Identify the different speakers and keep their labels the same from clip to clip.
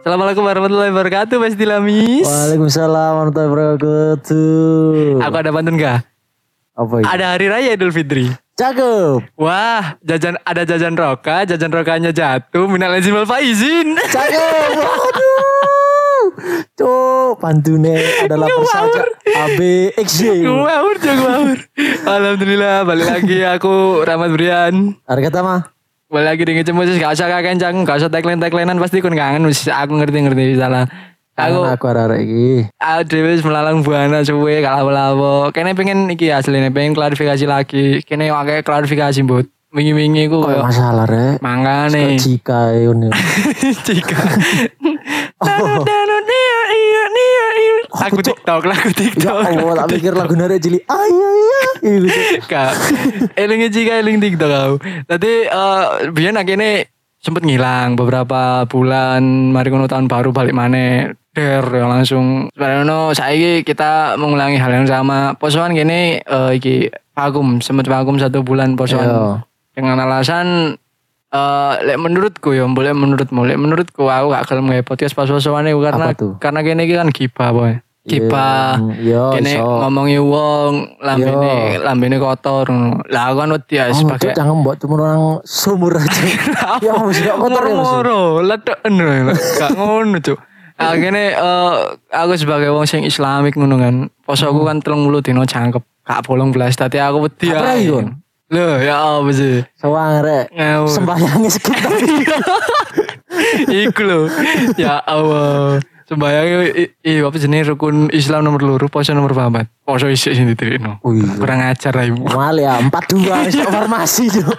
Speaker 1: Assalamualaikum warahmatullahi wabarakatuh Mas Dilamis
Speaker 2: Waalaikumsalam warahmatullahi wabarakatuh.
Speaker 1: Aku ada pantun gak?
Speaker 2: Apa itu?
Speaker 1: Ada hari raya Idul Fitri
Speaker 2: Cakep.
Speaker 1: Wah jajan ada jajan roka Jajan rokanya jatuh Minal izin wal faizin
Speaker 2: Cakep. Waduh. Cuk, pantune adalah
Speaker 1: Nggak
Speaker 2: persaudaraan ABXY.
Speaker 1: Gue ngawur Cok, ngawur Alhamdulillah balik lagi aku Rahmat Brian
Speaker 2: Hari kata mah.
Speaker 1: Balik lagi di ngecem Musis Gak usah kakek cang Gak usah tagline-taglinean Pasti kun kangen wis, Aku ngerti-ngerti salah
Speaker 2: Aku
Speaker 1: Aku
Speaker 2: aku arek iki.
Speaker 1: Aku dewe wis melalang buana suwe kalah lawo. Kene pengen iki asline pengen klarifikasi lagi. Kene akeh klarifikasi mbut. Wingi-wingi ku
Speaker 2: Kok
Speaker 1: koyo
Speaker 2: masalah rek.
Speaker 1: mangane.
Speaker 2: Jika ini.
Speaker 1: Cika. Danu, danu, nia, iya, nia, iya. Lagu TikTok, lagu
Speaker 2: Ya
Speaker 1: TikTok.
Speaker 2: Allah, tak pikir lagu narek cilik. Ayo ya. Iku Cuk.
Speaker 1: Kak, eling Cika, eling TikTok aku. Tadi eh biyen akhirnya sempet ngilang beberapa bulan mari ngono tahun baru balik maneh der ya langsung sebenarnya saiki kita mengulangi hal yang sama posoan gini eh, iki vakum sempet vakum satu bulan posoan
Speaker 2: Iya.
Speaker 1: dengan alasan eh lek menurutku ya boleh menurutmu lek menurutku aku gak gelem gawe podcast pas-pasan iku karena
Speaker 2: Apa tuh?
Speaker 1: karena kene iki kan gibah boy gibah
Speaker 2: Iya,
Speaker 1: kene
Speaker 2: iso. Iya.
Speaker 1: ngomongi wong lambene lambene kotor ngono. lah aku kan wedi ya
Speaker 2: Oh, Cuk,
Speaker 1: sebagai
Speaker 2: jangan buat cuma orang sumur aja. Ya Allah, sudah kotor ya. Mas.
Speaker 1: moro ledeken lho, ya, gak ngono cuk akhirnya eh, aku sebagai wong sing islamik ngono kan poso
Speaker 2: Hmm.
Speaker 1: aku kan 30 dino jangkep gak bolong belas tadi aku wedi
Speaker 2: Apa lagi, Gon?
Speaker 1: lho ya apa sih
Speaker 2: Sewang rek.
Speaker 1: Ngawur.
Speaker 2: Sembahyangnya sekitar.
Speaker 1: Iku lho. Ya Allah. Sembayang i, i, apa jenenge rukun Islam nomor loro, poso nomor papat. Poso isik sing diterikno.
Speaker 2: Wih.
Speaker 1: Kurang ajar lah ibu.
Speaker 2: Mal ya, empat dua wis tak farmasi yo.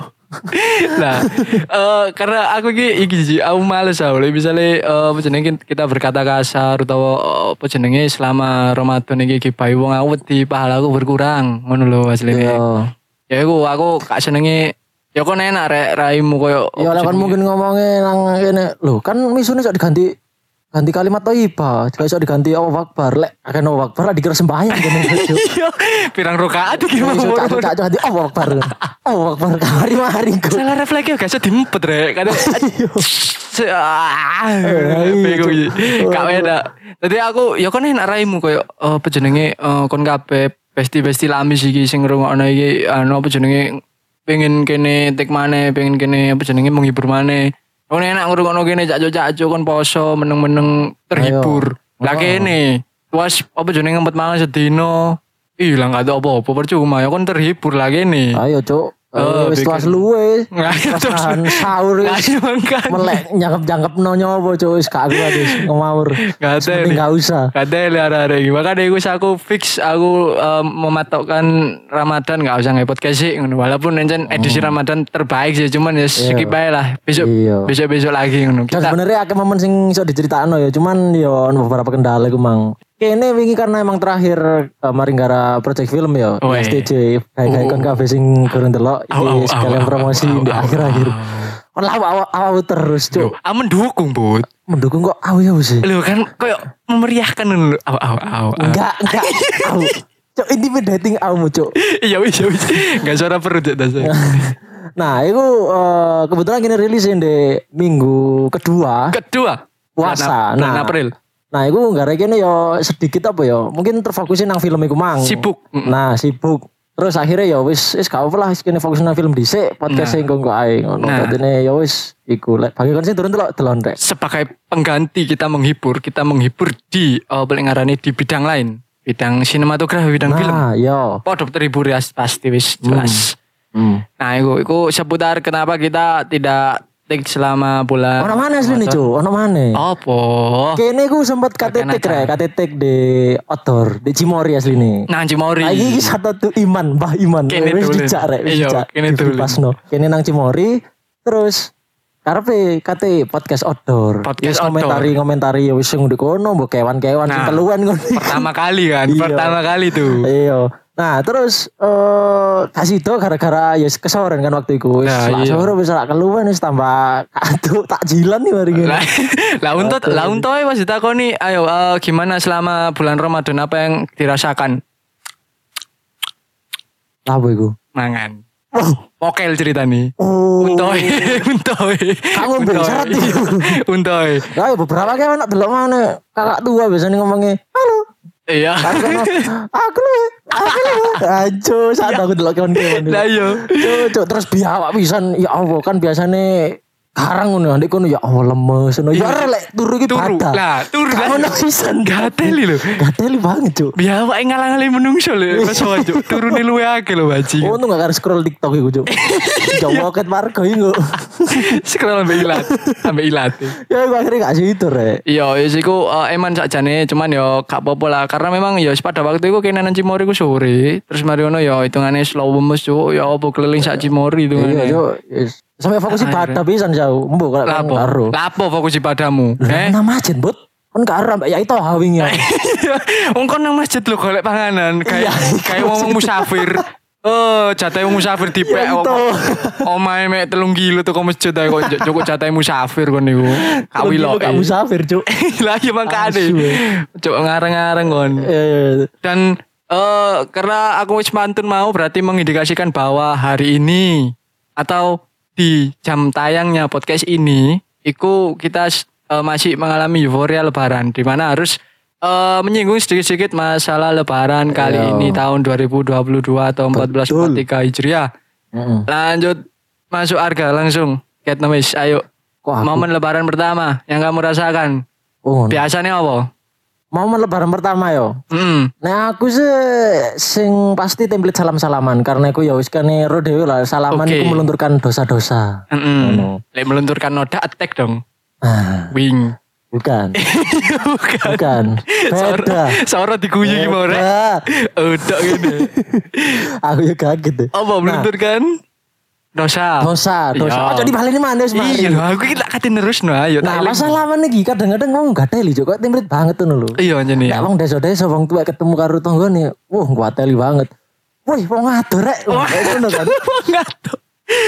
Speaker 1: nah, eh, karena aku iki iki sih, aku males aku. Lek Misale eh, apa jenenge kita berkata kasar utawa eh, apa jenenge selama Ramadan iki gibai wong aku wedi pahalaku berkurang. Ngono lho asline. Ya iku aku gak senenge Ya kok enak rek raimu koyo
Speaker 2: Ya lah kan mungkin ngomongnya nang kene. Lho, kan misune sok diganti ganti kalimat toiba, juga sok diganti apa wakbar. Lek akeh no wakbar lah dikira sembahyang kene. Cuk.
Speaker 1: Iya, pirang rokaat iki
Speaker 2: Iso
Speaker 1: mau-
Speaker 2: cak cak cak ganti apa wakbar. Oh wakbar kamari mari ku.
Speaker 1: Salah refleksnya gak bisa dimpet rek kadang Se- ah,
Speaker 2: Eh,
Speaker 1: bego
Speaker 2: iya,
Speaker 1: iki. Gak beda Tadi aku ya kan enak raimu koyo eh, apa jenenge eh, kon kabeh besti-besti lamis iki sing ngrungokno iki anu apa jenenge pengen kene tek maneh pengen kene apa jenenge menghibur maneh Kon enak ngrungokno kene cak-cak kon poso meneng-meneng terhibur. Lah kene was apa jenenge ngempet mangan sedino ilang gak ada apa-apa percuma ya kon terhibur lah kene.
Speaker 2: Ayo cuk.
Speaker 1: Oh,
Speaker 2: Eh,
Speaker 1: bikin-
Speaker 2: Wis
Speaker 1: Nah,
Speaker 2: tuas luwe.
Speaker 1: Ngayo
Speaker 2: Pas
Speaker 1: terus.
Speaker 2: tahan sahur wis.
Speaker 1: Ngayo makan.
Speaker 2: Melek nyangkep-nyangkep no nyoba cuk wis gak aku wis ngawur.
Speaker 1: Gak ada
Speaker 2: Mending
Speaker 1: nih.
Speaker 2: gak usah.
Speaker 1: Gak ada nih hari-hari ini. Makanya aku aku fix aku em, mematokkan Ramadan gak usah ngepot podcast sih. ngono. Walaupun encen
Speaker 2: Hmm.
Speaker 1: edisi Ramadan terbaik sih. Cuman ya skip aja lah. Besok
Speaker 2: Iya.
Speaker 1: besok besok lagi ngono.
Speaker 2: Dan
Speaker 1: Kita
Speaker 2: Nah, sebenarnya akeh momen sing iso diceritakno ya, cuman yo ono beberapa kendala iku mang. Kene wingi karena emang terakhir eh, mari gara project film ya,
Speaker 1: Oh, iya.
Speaker 2: STJ kayak kon kabeh sing kurang delok
Speaker 1: Au, au, au,
Speaker 2: iki sekalian
Speaker 1: au,
Speaker 2: promosi
Speaker 1: au, au,
Speaker 2: di
Speaker 1: au,
Speaker 2: akhir-akhir. Kon lawa awak awak terus cuk.
Speaker 1: Ah mendukung bud.
Speaker 2: Mendukung kok awu ya sih.
Speaker 1: Lu kan koyo memeriahkan ngono. lho. Au au au. au.
Speaker 2: Enggak, enggak. Awu. Cuk, ini dating awmu cuk.
Speaker 1: Iya wis iya, wis. Gak suara perut ya tas.
Speaker 2: Nah, itu eh, kebetulan kini rilis di minggu kedua.
Speaker 1: Kedua.
Speaker 2: Puasa,
Speaker 1: Bulan
Speaker 2: nah.
Speaker 1: April.
Speaker 2: Nah, itu gara kene yo sedikit apa yo, mungkin terfokusin nang film iku mang.
Speaker 1: Sibuk. Mm.
Speaker 2: Nah, sibuk. Terus akhirnya ya wis wis gak apa lah wis kene fokus nang film dhisik, podcast sing kongko ae ngono.
Speaker 1: Nah.
Speaker 2: Dadine ya wis iku lek bagi kon sing turun delok delon rek.
Speaker 1: sebagai pengganti kita menghibur, kita menghibur di eh boleh ngarani di bidang lain, bidang sinematografi, bidang film.
Speaker 2: Nah, yo.
Speaker 1: Podo terhibur ya pasti wis jelas.
Speaker 2: Hmm.
Speaker 1: Nah, itu itu seputar kenapa kita tidak take selama bulan
Speaker 2: Ono mana asli nih, Cuk? Ono mana?
Speaker 1: apa? Oh.
Speaker 2: Kene ku sempat katetik rek, katetik di outdoor, di Cimori asli nih.
Speaker 1: Nanci Mauri.
Speaker 2: Nah, iki satu tuh Iman, Mbah Iman.
Speaker 1: Iya. Kene
Speaker 2: Wis
Speaker 1: dolen.
Speaker 2: dijak rek, wis
Speaker 1: Iya,
Speaker 2: dijak.
Speaker 1: kene
Speaker 2: Di-
Speaker 1: dolen.
Speaker 2: dipasno. Kene nang Cimori terus karepe kate podcast outdoor.
Speaker 1: Podcast
Speaker 2: Wis
Speaker 1: outdoor.
Speaker 2: Komentari-komentari ya wis sing ndek kono mbok kewan-kewan sing
Speaker 1: Nah.
Speaker 2: keluan ngono.
Speaker 1: Pertama kali kan,
Speaker 2: Iya.
Speaker 1: pertama kali tuh.
Speaker 2: Iya. Nah, terus eh kasih itu gara-gara ya kesoren kan waktu itu. Wis
Speaker 1: Nah,
Speaker 2: nah,
Speaker 1: iya.
Speaker 2: sore wis rak keluwen wis tambah aduh takjilan nih hari ini.
Speaker 1: Lah, lah untuk lah untuk mas ditakoni, ayo eh, gimana selama bulan Ramadan apa yang dirasakan?
Speaker 2: Lah apa iku?
Speaker 1: Mangan. Mokel cerita nih.
Speaker 2: Oh.
Speaker 1: Untoy, untoy.
Speaker 2: Kamu beli syarat nih.
Speaker 1: Untoy.
Speaker 2: Nah, beberapa kayak anak delok mana kakak tua biasanya ngomongnya halo.
Speaker 1: Iya.
Speaker 2: Aku kenal, aku lu, aku lu. Ajo, saat aku delok kawan kawan.
Speaker 1: Ya. Lah iya.
Speaker 2: Cuk, terus biawak pisan. Ya Allah kan biasanya karang ngono ndek kono ya Allah lemes ngono. Ya ora lek turu
Speaker 1: Iya.
Speaker 2: iki
Speaker 1: Turu.
Speaker 2: batal.
Speaker 1: Lah, turu
Speaker 2: Gak
Speaker 1: lah.
Speaker 2: ono pisan.
Speaker 1: Gateli lho.
Speaker 2: Gateli banget, Cuk.
Speaker 1: Biar awake ngalang-alangi menungso lho. Pas wajib turune luwe akeh lho bajing.
Speaker 2: Untung gak harus Oh, scroll TikTok iku, Cuk.
Speaker 1: Iya.
Speaker 2: Jawa ket margo iku.
Speaker 1: Sekarang sampai ilat, sampai ilat.
Speaker 2: Ya gua akhirnya gak situ, Rek.
Speaker 1: Iya, ya sih ku eh, eman sakjane cuman yo gak apa-apa lah karena memang yo pada waktu itu kena nang Cimory ku sore, terus mari ono yo hitungane slow memes yo yo apa keliling sak Cimory itu.
Speaker 2: Iya, Cuk. Yes. Sampai fokus ibadah pisan jauh. Mbok kalau kan
Speaker 1: Lapo?
Speaker 2: karo.
Speaker 1: Lapo fokus padamu? Eh?
Speaker 2: Nama aja, Bud. Kan karo mbak Yai toh hawingnya.
Speaker 1: Wong kon nang masjid lho golek panganan kayak kayak wong musafir. Oh, jatah wong musafir dipek
Speaker 2: Ya,
Speaker 1: kok.
Speaker 2: itu.
Speaker 1: Omahe mek 3 kilo tuku masjid ae kok cukup jatah musafir kon niku.
Speaker 2: Lu
Speaker 1: Kawilok. iya.
Speaker 2: gak musafir, Cuk.
Speaker 1: Lah iya mangkane.
Speaker 2: Asu, eh.
Speaker 1: Coba ngarang-ngarang kon.
Speaker 2: Eh,
Speaker 1: Dan eh karena aku wis mantun mau berarti mengindikasikan bahwa hari ini atau di jam tayangnya podcast ini iku kita s- eh, masih mengalami euforia lebaran di mana harus eh, menyinggung sedikit-sedikit masalah lebaran kali
Speaker 2: Iya.
Speaker 1: ini tahun 2022 atau 1443 Hijriah.
Speaker 2: Mm-mm.
Speaker 1: Lanjut masuk harga langsung. Ketnemis, ayo.
Speaker 2: Kok aku?
Speaker 1: Momen lebaran pertama yang kamu rasakan
Speaker 2: Oh,
Speaker 1: biasanya apa?
Speaker 2: momen lebaran pertama yo.
Speaker 1: Hmm.
Speaker 2: Nah aku sih sing pasti template salam-salaman karena aku ya wis kene ero dhewe lah salaman
Speaker 1: Oke.
Speaker 2: iku melunturkan dosa-dosa.
Speaker 1: Mm-mm. Lek melunturkan noda attack dong.
Speaker 2: Ah,
Speaker 1: Wing.
Speaker 2: bukan,
Speaker 1: Bukan.
Speaker 2: bukan. Beda.
Speaker 1: Sora diguyu iki mau rek.
Speaker 2: Beda.
Speaker 1: Udah gini.
Speaker 2: Aku ya kaget. deh.
Speaker 1: Apa melunturkan? Dosa.
Speaker 2: Dosa, dosa.
Speaker 1: Iya.
Speaker 2: Ojo dibaleni mana wis mari.
Speaker 1: Iya, lho, aku kita katin terus no ayo. tak
Speaker 2: Nah,
Speaker 1: eling.
Speaker 2: masalahan iki kadang-kadang ngomong gateli Cuk. kok template banget ngono lho.
Speaker 1: Iya anjene.
Speaker 2: Nek wong desa-desa wong tuwek ketemu karo tanggane, wah gateli banget. Wih, wong ngatur rek. Kayak ngono kan.
Speaker 1: Ngato.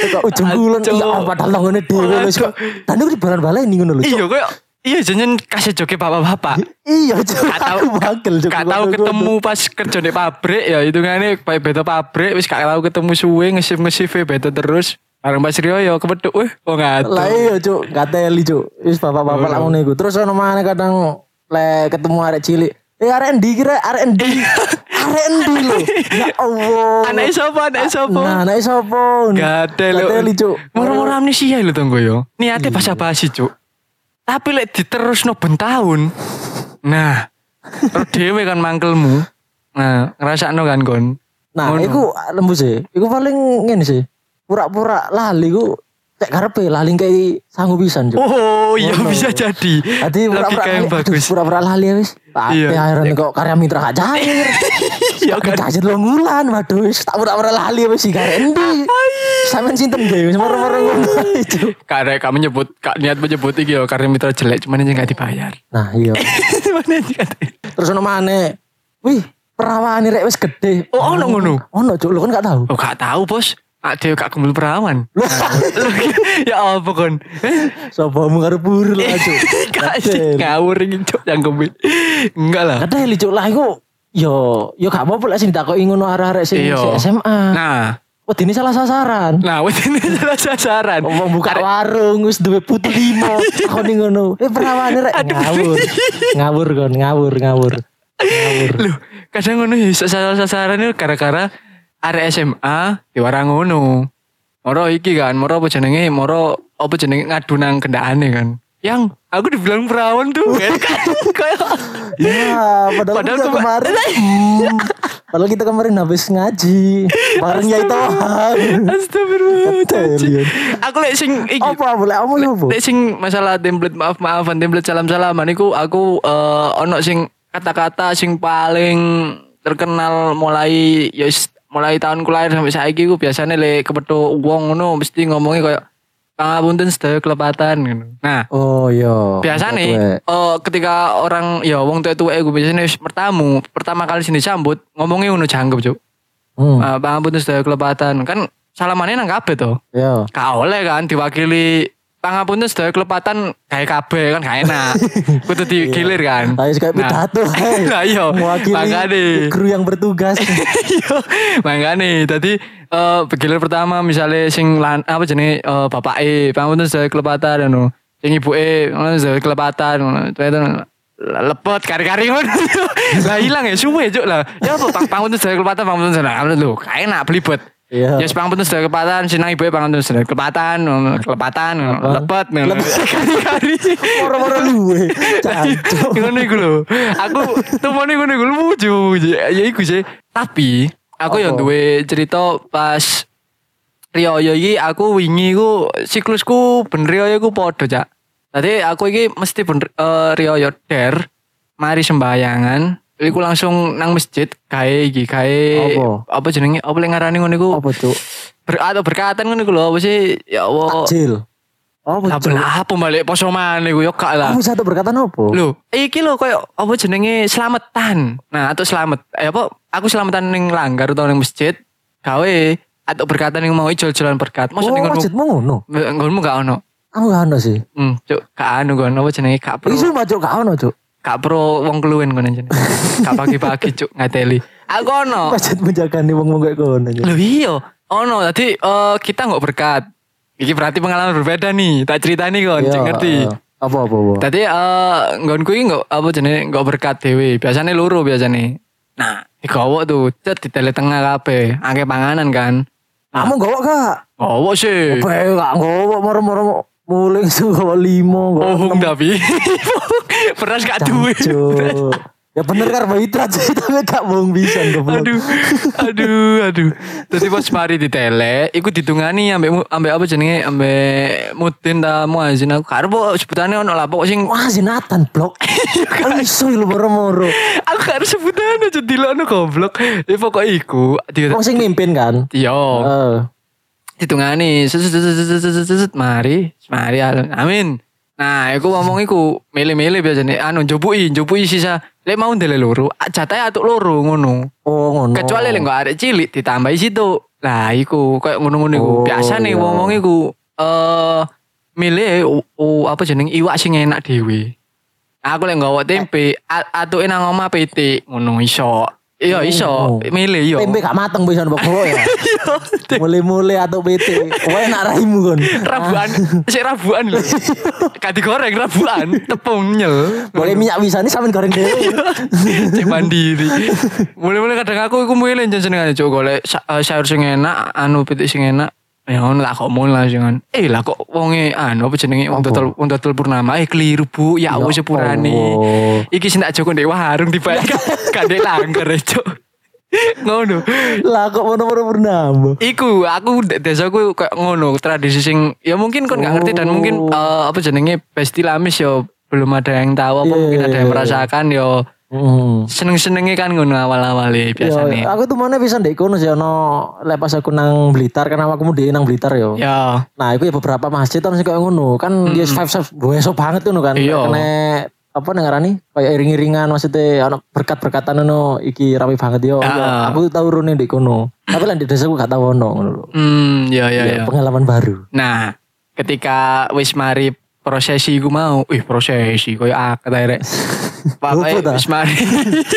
Speaker 2: Kok ujung kulon
Speaker 1: Aduh.
Speaker 2: iya padahal tanggane dhewe wis kok. Dan iku dibalan-baleni ngono lho. Cuk.
Speaker 1: Iya koyo iya jenengan kasih joki bapak-bapak.
Speaker 2: Iya, Cuk.
Speaker 1: Gak tahu
Speaker 2: Aku bagel, Cuk.
Speaker 1: gak tahu
Speaker 2: Ngono-ngono.
Speaker 1: ketemu pas kerja di pabrik ya hitungane baik beda pabrik wis gak tahu ketemu suwe ngesip ngesip beda terus. Bareng Mas Rio ya kepethuk weh wong ngato.
Speaker 2: Lah iya, Cuk. Gateli, Cuk. Wis bapak-bapak lah ngono iku. Terus ono mana kadang le ketemu arek cilik. Eh arek endi kira arek endi? Arek endi lho. Ya Allah.
Speaker 1: Anake sapa? Anake sapa?
Speaker 2: Nah, anake sapa?
Speaker 1: Gade lho.
Speaker 2: Gateli, Cuk.
Speaker 1: Moro-moro amnesia lho tonggo yo. Niate basa basi, Cuk. Tapi lek diterusno ben taun. Nah, terus dhewe kan mangkelmu. Nah, ngrasakno kan kon.
Speaker 2: Nah, iku lembu sih. Iku paling ngene sih. Pura-pura lali ku cek karepe lali kayak sanggup pisan, Cuk.
Speaker 1: Oh, iya bisa jadi.
Speaker 2: Tadi
Speaker 1: Logika yang bagus.
Speaker 2: Pura-pura lali ya, wis. Tapi
Speaker 1: Iya.
Speaker 2: akhirnya kok karya mitra gak cair.
Speaker 1: Iya
Speaker 2: Gak
Speaker 1: kan.
Speaker 2: cair lu ngulan. Waduh, wis tak pura-pura lali ya, wis. Gak endi. Sampean sinten gawe wis moro-moro ngono itu.
Speaker 1: Karena kamu nyebut, kak niat menyebut iki yo karena mitra jelek, cuman aja gak dibayar.
Speaker 2: Nah, iya.
Speaker 1: Cuman aja gak dibayar.
Speaker 2: Terus ono maneh. Wih, perawan rek wis gede.
Speaker 1: Oh, ono ngono.
Speaker 2: Ono, Cuk. Lu kan gak tahu.
Speaker 1: Oh, gak tahu, Bos. Ah, dia gak kumpul perawan. Nah, ya apa kon?
Speaker 2: Sopo mung karo buru lah, Cuk.
Speaker 1: Kasih ngawur ini cok yang kebit. Enggak lah.
Speaker 2: Kadang lucu lah iku. Yo, yo gak apa-apa lah sing ditakoki ngono arek-arek sing
Speaker 1: Iya.
Speaker 2: sing SMA.
Speaker 1: Nah,
Speaker 2: Wah, ini salah sasaran.
Speaker 1: nah wes ini salah sasaran.
Speaker 2: Ngomong buka warung wis duwe putu lima. Kon ning ngono. Eh perawane rek ngawur. ngawur kon, ngawur, ngawur.
Speaker 1: Loh, kadang ngono ya iso salah sasaran itu gara-gara arek SMA diwarang ya ngono. Moro iki kan, moro apa jenenge, moro apa jenenge ngadu nang kendhaane kan. Yang aku dibilang perawan tuh kan. Kayak
Speaker 2: Ya, padahal,
Speaker 1: Padahal
Speaker 2: kita
Speaker 1: kema-
Speaker 2: kemarin. Hmm, padahal kita kemarin habis ngaji. Bareng Yai Tohar.
Speaker 1: astagfirullah. caci. Aku lek sing iki
Speaker 2: Apa boleh kamu ya, Bu?
Speaker 1: Nek sing masalah template maaf-maafan, template salam-salaman iku aku eh, ono sing kata-kata sing paling terkenal mulai ya wis mulai tahun lahir sampai saiki iku biasanya lek kepethuk wong ngono mesti ngomongnya koyo pangapunten sedaya kelepatan ngono. Nah,
Speaker 2: Oh, iya.
Speaker 1: biasanya
Speaker 2: Tuwek.
Speaker 1: eh, ketika orang ya wong tuwek-tuwek iku biasanya wis bertamu, pertama kali sini sambut ngomongnya ngono jangkep, Cuk.
Speaker 2: Hmm,
Speaker 1: Eh, pangapunten sedaya kelepatan. Kan salamannya nang kabeh to
Speaker 2: iya.
Speaker 1: gak oleh kan diwakili pangapunten sedaya kelepatan kayak kabeh kan gak enak. Kudu digilir kan.
Speaker 2: Ayo kayak pidato. hai.
Speaker 1: Lah iya, makane.
Speaker 2: Mewakili kru yang bertugas.
Speaker 1: Iya, makane tadi eh begilir pertama misalnya sing lan, apa jenenge eh bapak e, pangapunten sedaya kelepatan anu. Sing ibu e, sedaya kelepatan. ngono. Ternyata lepot kari-kari ngono. Lah hilang ya suwe juk lah. Ya apa pang pangapunten sedaya kelepatan pangapunten sedaya lho, gak enak belibet.
Speaker 2: Iya.
Speaker 1: Ya sepang pentus dari kelepatan, sinang ibu pangan pentus dari kelepatan, kelepatan, lepet, kari-kari.
Speaker 2: Orang-orang luwe. Cacok.
Speaker 1: Ngono iku lho. Aku temone ngono iku lucu. Ya iku sih. Tapi aku yang duwe cerita pas Rioyo iki aku wingi iku siklusku ben Rioyo iku padha cak. Dadi aku iki mesti ben eh, Rioyo der mari sembayangan. Iku langsung nang masjid gawe iki gawe
Speaker 2: Apa?
Speaker 1: apa jenenge apa lek ngarani ngono iku
Speaker 2: Apa cuk?
Speaker 1: ber, atau berkatan ngono iku lho apa sih ya Allah.
Speaker 2: Takjil. Apa
Speaker 1: Lah
Speaker 2: cuk?
Speaker 1: lah, apa balik poso maneh iku yo gak lah.
Speaker 2: Kamu satu berkata apa?
Speaker 1: Lho, iki lho koyo apa jenenge selametan. Nah, atau selamet. Eh apa aku selametan ning langgar utawa ning masjid gawe atau berkata ning mau jol-jolan berkat. Mosok
Speaker 2: Oh,
Speaker 1: ning
Speaker 2: masjid
Speaker 1: nggonmu
Speaker 2: mau ngono.
Speaker 1: nggonmu gak ono.
Speaker 2: Aku gak ono sih.
Speaker 1: Hmm, cuk, gak anu gon apa jenenge gak pro.
Speaker 2: Ini sumpah cuk gak ono cuk.
Speaker 1: Gak pro wong keluwen ngono jenenge. Gak pagi-pagi cuk ngateli. Aku ono.
Speaker 2: Masjid menjaga nih wong-wong kayak ngono. Cuk.
Speaker 1: Lho iya, ono. Dadi eh, kita nggak berkat. Iki berarti pengalaman berbeda nih. Tak ceritani kon,
Speaker 2: Iya,
Speaker 1: cek ngerti.
Speaker 2: iya. Apa apa apa.
Speaker 1: Tadi eh nggonku iki nggak apa jenenge nggak berkat dhewe. Biasane loro biasane. Nah, digowo tuh, cet di tele tengah kabeh. Akeh panganan kan.
Speaker 2: Kamu gawok gak?
Speaker 1: Gowo sih.
Speaker 2: Bae gak gawok moro-moro muling su gawok limo gawok.
Speaker 1: Bohong tapi. Beras gak duwe.
Speaker 2: Cuk. Ya bener karbohidrat sih tapi kan gak bohong bisa goblok.
Speaker 1: Aduh, aduh, aduh. Tadi pas mari di tele, iku ditungani ambek mu- ambek apa jenenge ambek Mudin ta Muazin aku karbo sebutane ono lah pokok sing
Speaker 2: Wah, sinatan blok.
Speaker 1: Iya,
Speaker 2: Kan iso lu moro-moro.
Speaker 1: aku gak harus sebutane jadi dilokno goblok. Ya pokok iku. Iya. di-
Speaker 2: Wong sing mimpin kan.
Speaker 1: Yo,
Speaker 2: Heeh.
Speaker 1: ditungani sesut sesut sesut sesut sesut mari mari alun amin nah aku ngomong iku milih-milih biasanya anu njupui njupui sisa lek mau ndele loro jatah atuk loro ngono
Speaker 2: Oh, ngono.
Speaker 1: kecuali lek nggak arek cilik ditambahi situ lah iku kayak ngono-ngono iku
Speaker 2: Oh,
Speaker 1: biasa nih
Speaker 2: iya.
Speaker 1: ngomong iku eh milih u- u- apa jeneng iwak sing enak dhewe aku lek
Speaker 2: Eh.
Speaker 1: nggawa tempe a- atuke nang omah pitik ngono iso iya iso
Speaker 2: Oh.
Speaker 1: milih yo
Speaker 2: Tempe gak mateng bisa mbok gowo ya. Mulai-mulai atau PT. Kowe enak raimu kan. kon.
Speaker 1: Rabuan, si rabuan lho. Kadi goreng rabuan, tepung nyel.
Speaker 2: Boleh minyak bisa nih sampean goreng dhewe.
Speaker 1: Cek mandiri. Mulai-mulai kadang aku iku mulai jenengan cuk golek sa- eh, sayur sing enak, anu pitik sing enak. Ya ngono lah kok mulai jenengan. Eh lah kok wonge anu apa jenenge wong total wong total purnama eh keliru Bu, ya Allah sepurane.
Speaker 2: Allah.
Speaker 1: Iki sing tak joko ndek warung dibayar gak ndek langgar eh, cuk. Ngono.
Speaker 2: Lah kok moro-moro purnama.
Speaker 1: Iku aku d- desaku kayak ngono tradisi sing ya mungkin kon nggak ngerti dan mungkin
Speaker 2: Oh.
Speaker 1: eh, apa jenenge pesti lamis yo belum ada yang tahu apa
Speaker 2: Iya,
Speaker 1: mungkin
Speaker 2: iya,
Speaker 1: ada yang
Speaker 2: iya, iya.
Speaker 1: merasakan yo
Speaker 2: Hmm.
Speaker 1: seneng senengnya kan ngono awal awal
Speaker 2: Ya,
Speaker 1: biasanya
Speaker 2: aku tuh mana bisa ndek kono sih ono lepas aku nang Blitar karena aku mau nang Blitar yo.
Speaker 1: ya
Speaker 2: Nah, itu ya beberapa masjid kan sih kayak ngono. Kan yes five five besok banget ngono kan.
Speaker 1: Hmm. Iya.
Speaker 2: Kene apa nengarani kayak iring-iringan maksudnya ono berkat-berkatan ngono iki rame banget yo.
Speaker 1: Ah.
Speaker 2: Aku tau rune ndek kono. Tapi lah di desa aku gak tau ono ngono lho.
Speaker 1: hmm ya ya
Speaker 2: Ya,
Speaker 1: ya
Speaker 2: pengalaman baru.
Speaker 1: nah ketika wis mari prosesi iku mau ih prosesi koyo akeh ta rek
Speaker 2: Gopo
Speaker 1: Pokoknya
Speaker 2: ta?
Speaker 1: wis mari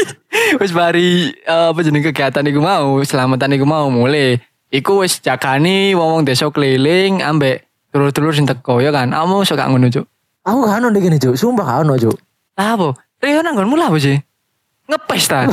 Speaker 1: wis mari eh, apa jenenge kegiatan iku mau, selamatan iku mau mulai. Iku wis jagani wong-wong desa keliling ambek dulur-dulur sing teko ya kan. Kamu sok gak ngono, Cuk.
Speaker 2: Aku gak ono ndek kene, Juk. Sumpah gak ono, Juk.
Speaker 1: Lah apa? Rio nang nggonmu lah apa sih? Ngepes ta.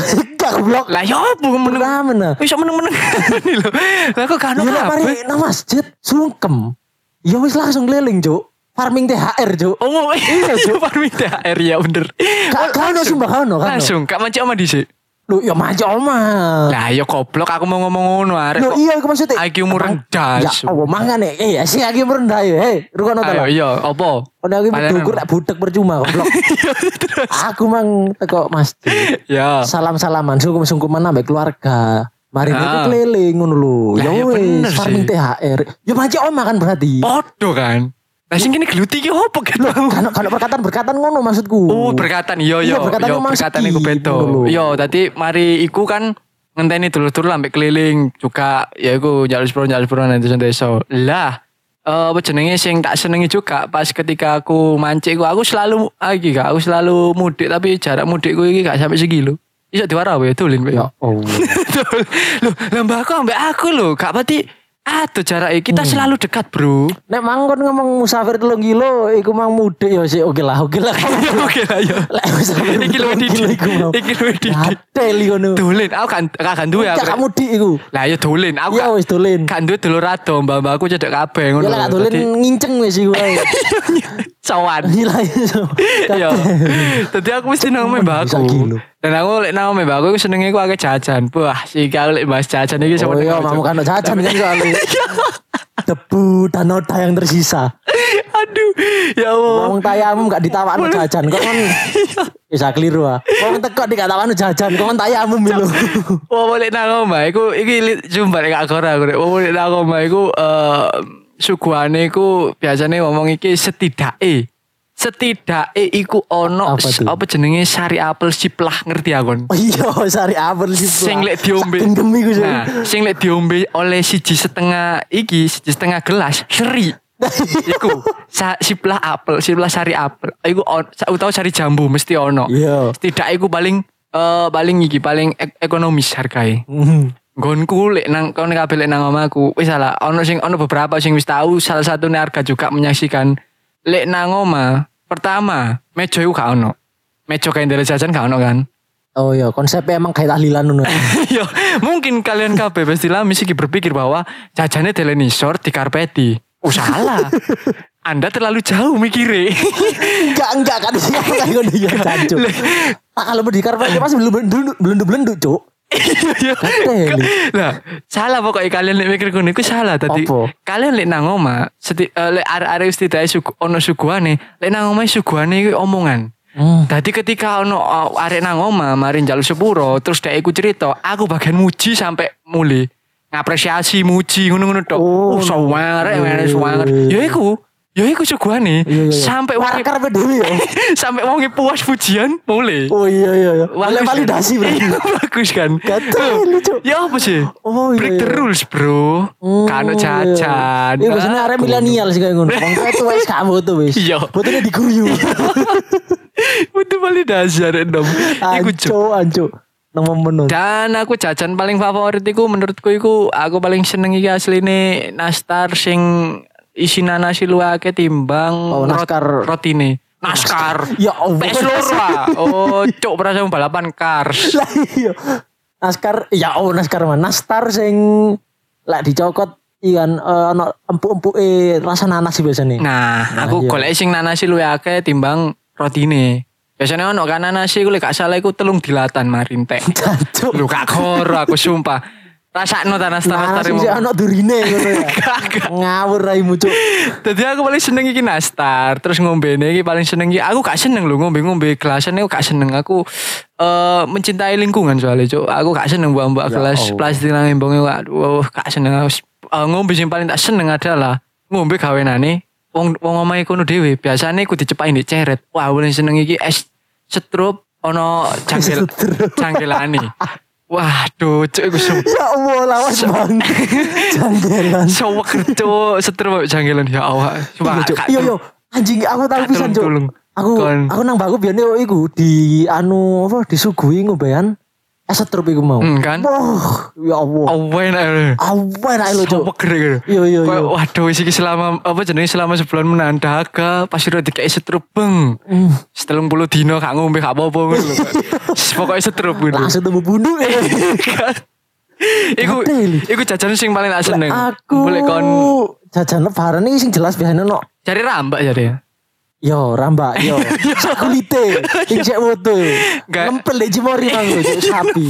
Speaker 2: Goblok.
Speaker 1: Lah ya apa meneng.
Speaker 2: Pernah mena.
Speaker 1: Wis sok meneng-meneng Ini lho. Lah kok gak ono
Speaker 2: Ya lah,
Speaker 1: kabeh.
Speaker 2: mari nang masjid sungkem. Ya wis langsung keliling, Juk. Farming THR, Juk.
Speaker 1: Oh, iya, Farming THR ya bener.
Speaker 2: Gak gak ono sumpah gak ono, gak ono.
Speaker 1: Langsung, kak mancik oma dhisik.
Speaker 2: Lu ya mancok omah.
Speaker 1: Lah ya goblok aku mau ngomong ngono arek.
Speaker 2: Loh
Speaker 1: kok.
Speaker 2: iya aku maksudnya
Speaker 1: IQ mu
Speaker 2: Emang-
Speaker 1: rendah,
Speaker 2: Ya
Speaker 1: Su.
Speaker 2: apa mangan ya Eh ya sih IQ mu rendah ya Hei Rukun nonton
Speaker 1: Ayo
Speaker 2: lah
Speaker 1: iya, apa?
Speaker 2: Kalau aku
Speaker 1: Padahal-
Speaker 2: mendukur tak budek percuma goblok Aku mang teko masjid
Speaker 1: Ya.
Speaker 2: Salam-salaman Sungkum-sungkuman sampai keluarga Mari
Speaker 1: Ah.
Speaker 2: kita keliling ngono lho.
Speaker 1: Lah,
Speaker 2: Ya
Speaker 1: ya bener
Speaker 2: wis
Speaker 1: sih.
Speaker 2: farming THR. Ya mancik oma kan berarti.
Speaker 1: Podo kan. Lah sing kene geluti ki opo kan mau.
Speaker 2: Kan kan berkatan-berkatan ngono maksudku.
Speaker 1: Oh, Uh. berkatan iya iya.
Speaker 2: Iya, berkatan
Speaker 1: Iya,
Speaker 2: emang
Speaker 1: berkatan
Speaker 2: segi,
Speaker 1: iku beda.
Speaker 2: ngono lho.
Speaker 1: Iya, dadi mari iku kan ngenteni dulur-dulur sampe keliling juga ya iku jalur sepuro jalur sepuro nang desa-desa. Lah, eh, apa jenenge sing tak senengi juga pas ketika aku mancing ku aku selalu lagi gak aku selalu mudik tapi jarak mudikku iki gak sampai sekilo. Iso diwara wae dolin wae.
Speaker 2: Ya Allah.
Speaker 1: Loh, lambah aku ambek aku lho, gak pati aduh jarak kita
Speaker 2: Hmm.
Speaker 1: selalu dekat, Bro.
Speaker 2: Nek mang kon ngomong musafir telung kilo, iku mang mudik ya sih. Oke lah, oke lah.
Speaker 1: Oke lah ya. yo.
Speaker 2: Lek musafir
Speaker 1: Iki luwih
Speaker 2: telung kilo
Speaker 1: didik.
Speaker 2: iku mau.
Speaker 1: Iki luwih didik.
Speaker 2: Gatel iku nu.
Speaker 1: Dolin, aku kan gak kan duwe
Speaker 2: Cak
Speaker 1: aku.
Speaker 2: mudik iku.
Speaker 1: Lah ya dolin, aku
Speaker 2: Ya
Speaker 1: gak-
Speaker 2: wis dolen.
Speaker 1: gak duwe Hmm. dulur ado, mbak-mbakku cedek kabeh ngono.
Speaker 2: Ya lah gak
Speaker 1: lho.
Speaker 2: dolen
Speaker 1: Dadi-
Speaker 2: nginceng wis iku. ae.
Speaker 1: Cawan.
Speaker 2: Gila itu.
Speaker 1: Yo. Tadi aku mesti nang mbak
Speaker 2: Bisa
Speaker 1: aku.
Speaker 2: gilo.
Speaker 1: Dan aku lek nang mbak aku aku senenge aku akeh jajan. Wah, sih aku lek bahas jajan iki
Speaker 2: Oh
Speaker 1: dengar,
Speaker 2: iya,
Speaker 1: Cuk.
Speaker 2: mau kan jajan kan soalnya. Debu dan noda yang tersisa.
Speaker 1: Aduh, ya Allah.
Speaker 2: Wong tayamu gak ditawakno jajan kok kan. Bisa keliru ah. Wong teko dik gak tawakno jajan kok kan tayamu milo.
Speaker 1: Wah boleh nang omah iku iki li- jumpa nek agora aku. rek. Wah boleh nang omah iku eh suguhane iku biasane ngomong iki setidake. Setidake iku ono
Speaker 2: Apa
Speaker 1: s-
Speaker 2: tuh?
Speaker 1: apa jenenge sari apel siplah ngerti akon.
Speaker 2: Oh Iya, sari apel sih.
Speaker 1: Sing lek diombe.
Speaker 2: Gendem iku sih.
Speaker 1: Nah, sing lek diombe oleh siji setengah iki, siji setengah gelas seri. Iku sa, siplah apel, siplah sari apel. Iku on, sa- utawa sari jambu mesti ono.
Speaker 2: Iya.
Speaker 1: Tidak iku paling eh, paling iki paling ek- ekonomis hargae.
Speaker 2: Mhm.
Speaker 1: Gonku lek nang kon kabeh lek nang omahku. Wis salah, ono sing ono beberapa sing wis tahu salah satu harga juga menyaksikan lek nang omah pertama meja iku gak ono. Meja kain dari jajan gak ono kan.
Speaker 2: Oh iya, konsepnya emang kayak tahlilan ngono.
Speaker 1: Yo, mungkin kalian kabeh pasti lami sih berpikir bahwa jajannya teleni short di karpeti. Oh salah. Anda terlalu jauh mikire.
Speaker 2: Enggak, enggak kan sih aku kan ngono ya jancuk. Ah, kalau di karpet masih belum belum belum belum cuk.
Speaker 1: Iya, iya.
Speaker 2: Kateli.
Speaker 1: Lah, salah pokoknya kalian lek mikir ngono iku salah tadi.
Speaker 2: Apa?
Speaker 1: Kalian lek nang omah, seti- eh, lek arek-arek wis tidak sugu, ono suguhane, lek nang omah suguhane iku omongan.
Speaker 2: Hmm.
Speaker 1: Tadi ketika ono uh, arek nang omah mari njaluk sepuro, terus dhek iku cerita, aku bagian muji sampai muli. Ngapresiasi muji ngono-ngono tok. Oh,
Speaker 2: Oh. iya,
Speaker 1: suware, wene suware. Ya iku, ya iku suguhane. Sampai wong
Speaker 2: Parah karpet dulu ya.
Speaker 1: sampai wong e puas pujian mule.
Speaker 2: Oh iya iya iya. Oleh
Speaker 1: Bagus kan?
Speaker 2: validasi berarti.
Speaker 1: Iya, bagus kan.
Speaker 2: Gatel,
Speaker 1: Loh,
Speaker 2: lucu.
Speaker 1: Ya apa sih?
Speaker 2: Oh, iya,
Speaker 1: Break the
Speaker 2: iya.
Speaker 1: rules, Bro. Kano jajan.
Speaker 2: Oh, Iya biasanya arek milenial sih kayak ngono. Wong tua tuh wis kamu tuh wis.
Speaker 1: Iya.
Speaker 2: Botone diguyu.
Speaker 1: Itu validasi arek nom. Iku Cuk.
Speaker 2: Ancu ancu. Nang memenon.
Speaker 1: Dan aku jajan paling favorit iku menurutku iku aku paling seneng iki asline nastar sing isine nasi luwake timbang
Speaker 2: Oh, naskar.
Speaker 1: rotine. Naskar.
Speaker 2: Ya Allah.
Speaker 1: Pes loro, ah. Oh, cuk perasaan balapan kars.
Speaker 2: Lah iya. Naskar ya oh naskar mana? Nastar sing lek dicokot ikan ono empuk-empuk e rasa nanas sih biasanya.
Speaker 1: Nah, aku
Speaker 2: iya.
Speaker 1: golek sing nanasi luwih akeh timbang rotine. Biasanya ono kan nanasi iku lek gak salah iku telung dilatan marintek.
Speaker 2: Jancuk.
Speaker 1: Lu gak koro aku sumpah. Rasakno tanas tanas
Speaker 2: Nanas sih Nah, ono durine ngono ya.
Speaker 1: Kagak.
Speaker 2: Ngawur raimu cuk.
Speaker 1: Jadi aku paling seneng iki nastar, terus ngombe iki paling seneng iki. Aku gak seneng lho ngombe-ngombe gelasan aku gak seneng. Aku eh mencintai lingkungan soalnya, Cuk. Aku gak seneng buang-buang gelas
Speaker 2: Allah.
Speaker 1: plastik nang embonge. Waduh, gak seneng. Aku, s- eh, ngombe sing paling tak seneng adalah ngombe gawenane wong wong omahe kono dhewe. Biasane aku dicepakin di ceret. Wah, aku paling seneng iki es setrup ono cangkil cangkilane. Waduh, cuk iku sumpah.
Speaker 2: Ya Allah lawas banget. Janggelan.
Speaker 1: Sewek kerja setrum jangkilan ya awak. Sumpah,
Speaker 2: Iya, Cuk.
Speaker 1: gak-
Speaker 2: Iya, iya. Anjing aku tahu
Speaker 1: Kak
Speaker 2: pisan, Cuk.
Speaker 1: tulung-tulung.
Speaker 2: Aku
Speaker 1: Kon.
Speaker 2: aku nang baku biyen yo iku di anu apa disuguhi ngobayan es setrup iku mau.
Speaker 1: Hmm, kan?
Speaker 2: Wah, ya Allah.
Speaker 1: Awen ae.
Speaker 2: Awan ae Ah, lho, Cuk.
Speaker 1: Sopek gede gitu.
Speaker 2: Iya, iya,
Speaker 1: Kayak,
Speaker 2: iya.
Speaker 1: Waduh, isi selama apa jenenge selama sebulan menahan dahaga, pas udah dikei setrup beng.
Speaker 2: Hmm.
Speaker 1: Setelung puluh dino gak ngombe gak apa-apa ngono lho. Pokoke setrup gitu.
Speaker 2: Langsung temu bunuh ya.
Speaker 1: Iku iku jajan sing paling tak seneng.
Speaker 2: Aku
Speaker 1: Boleh kon
Speaker 2: jajan lebaran iki sing jelas biasanya no
Speaker 1: cari rambak jare. ya.
Speaker 2: Yo, rambak, yo. Sakulite, sing cek foto.
Speaker 1: Iya. Nggak.
Speaker 2: Nempel di jemori mang lho, cek sapi.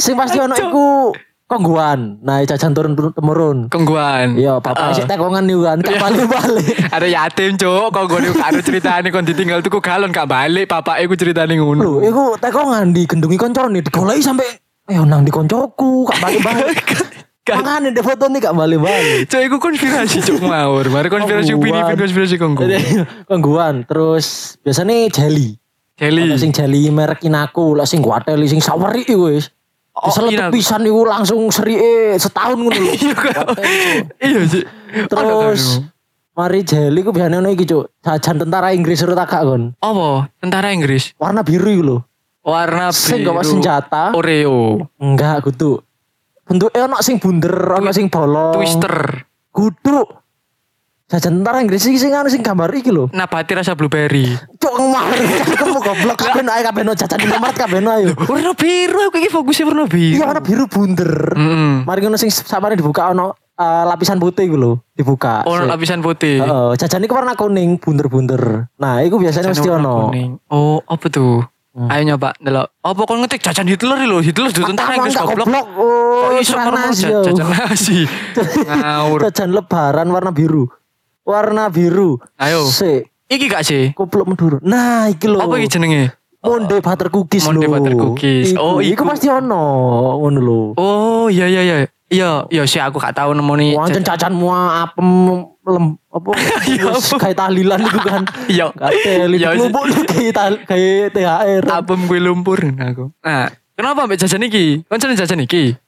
Speaker 2: Sing pasti ono iku kongguan. Nah, jajan turun turun temurun.
Speaker 1: Kengguan.
Speaker 2: Iya,
Speaker 1: Ah.
Speaker 2: papa sik tekongan
Speaker 1: Iya.
Speaker 2: niku kan, gak balik-balik.
Speaker 1: Ada yatim cok, kok gue gak ada ceritanya kon ditinggal tuku galon gak balik, papa aku ceritanya ngono.
Speaker 2: Lho, iku tekongan digendungi koncone, digoleki sampe ayo nang di koncoku, gak balik-balik.
Speaker 1: Kan,
Speaker 2: Mangane ndek foto nih gak balik-balik.
Speaker 1: Cok, iku konspirasi cok mawur. Mari konspirasi
Speaker 2: Kongguan.
Speaker 1: pini konspirasi kongku.
Speaker 2: Kongguan, terus biasanya jelly.
Speaker 1: Jelly.
Speaker 2: Ono sing jelly merek Inako, lho sing kuateli sing saweri iku wis.
Speaker 1: Oh,
Speaker 2: Diselet
Speaker 1: Inako.
Speaker 2: pisan iku langsung serike setahun ngono lho.
Speaker 1: Iya kok. Iya sih.
Speaker 2: Terus mari jeli ku biasanya ono iki cuk. Jajan tentara Inggris urut agak kon.
Speaker 1: Apa? Tentara Inggris.
Speaker 2: Warna biru iku lho.
Speaker 1: Warna
Speaker 2: Sing gak
Speaker 1: biru.
Speaker 2: senjata.
Speaker 1: Oreo.
Speaker 2: Enggak kudu. Bentuke eh, ono sing bunder, ono sing bolong.
Speaker 1: Twister.
Speaker 2: Kudu. Jajan tentara Inggris iki sing anu sing gambar iki lho.
Speaker 1: Nabati rasa blueberry.
Speaker 2: Cuk ngomong kamu goblok kabeh no ayo kabeh no jajan di Indomaret kabeh no ayo.
Speaker 1: Warna biru aku iki fokusnya warna
Speaker 2: Oh. Iya
Speaker 1: biru.
Speaker 2: warna biru bunder.
Speaker 1: Heeh.
Speaker 2: Mari ngono sing sapane dibuka ono eh, lapisan putih iku lho, dibuka.
Speaker 1: Oh, lapisan putih.
Speaker 2: Heeh, jajan iku warna kuning, bunder-bunder. Nah, iku biasanya mesti
Speaker 1: Warna
Speaker 2: ono. Hmm.
Speaker 1: kuning. Oh, apa tuh? Ayo nyoba delok. Apa kon ngetik jajan Hitler lho? Hitler dulu tentara
Speaker 2: Taman
Speaker 1: Inggris
Speaker 2: gak
Speaker 1: goblok.
Speaker 2: goblok. Oh,
Speaker 1: Kok iso
Speaker 2: serang
Speaker 1: ngono
Speaker 2: Nazi,
Speaker 1: jajan
Speaker 2: yo.
Speaker 1: jajan nasi. Ngawur.
Speaker 2: Jajan lebaran warna biru. Warna biru.
Speaker 1: Ayo.
Speaker 2: Sik,
Speaker 1: Iki gak sih?
Speaker 2: kupluk mendur. Nah, iki lho.
Speaker 1: Apa iki jenenge?
Speaker 2: Monde butter cookies
Speaker 1: Monde
Speaker 2: lho.
Speaker 1: butter cookies.
Speaker 2: Iku,
Speaker 1: Oh, iku.
Speaker 2: iku pasti ono ngono lho.
Speaker 1: Oh, iya iya iya. Iya, iya sih aku gak tahu nemoni.
Speaker 2: Wancen jajan mua apem lem apa
Speaker 1: Ya,
Speaker 2: terus
Speaker 1: apa?
Speaker 2: kayak tahlilan itu kan.
Speaker 1: Ya.
Speaker 2: Katel
Speaker 1: Ya,
Speaker 2: lubuk kayak tahl- kayak THR.
Speaker 1: Abem gue lumpur aku. Nah, kenapa mbak jajan iki? Kon jeneng jajan iki?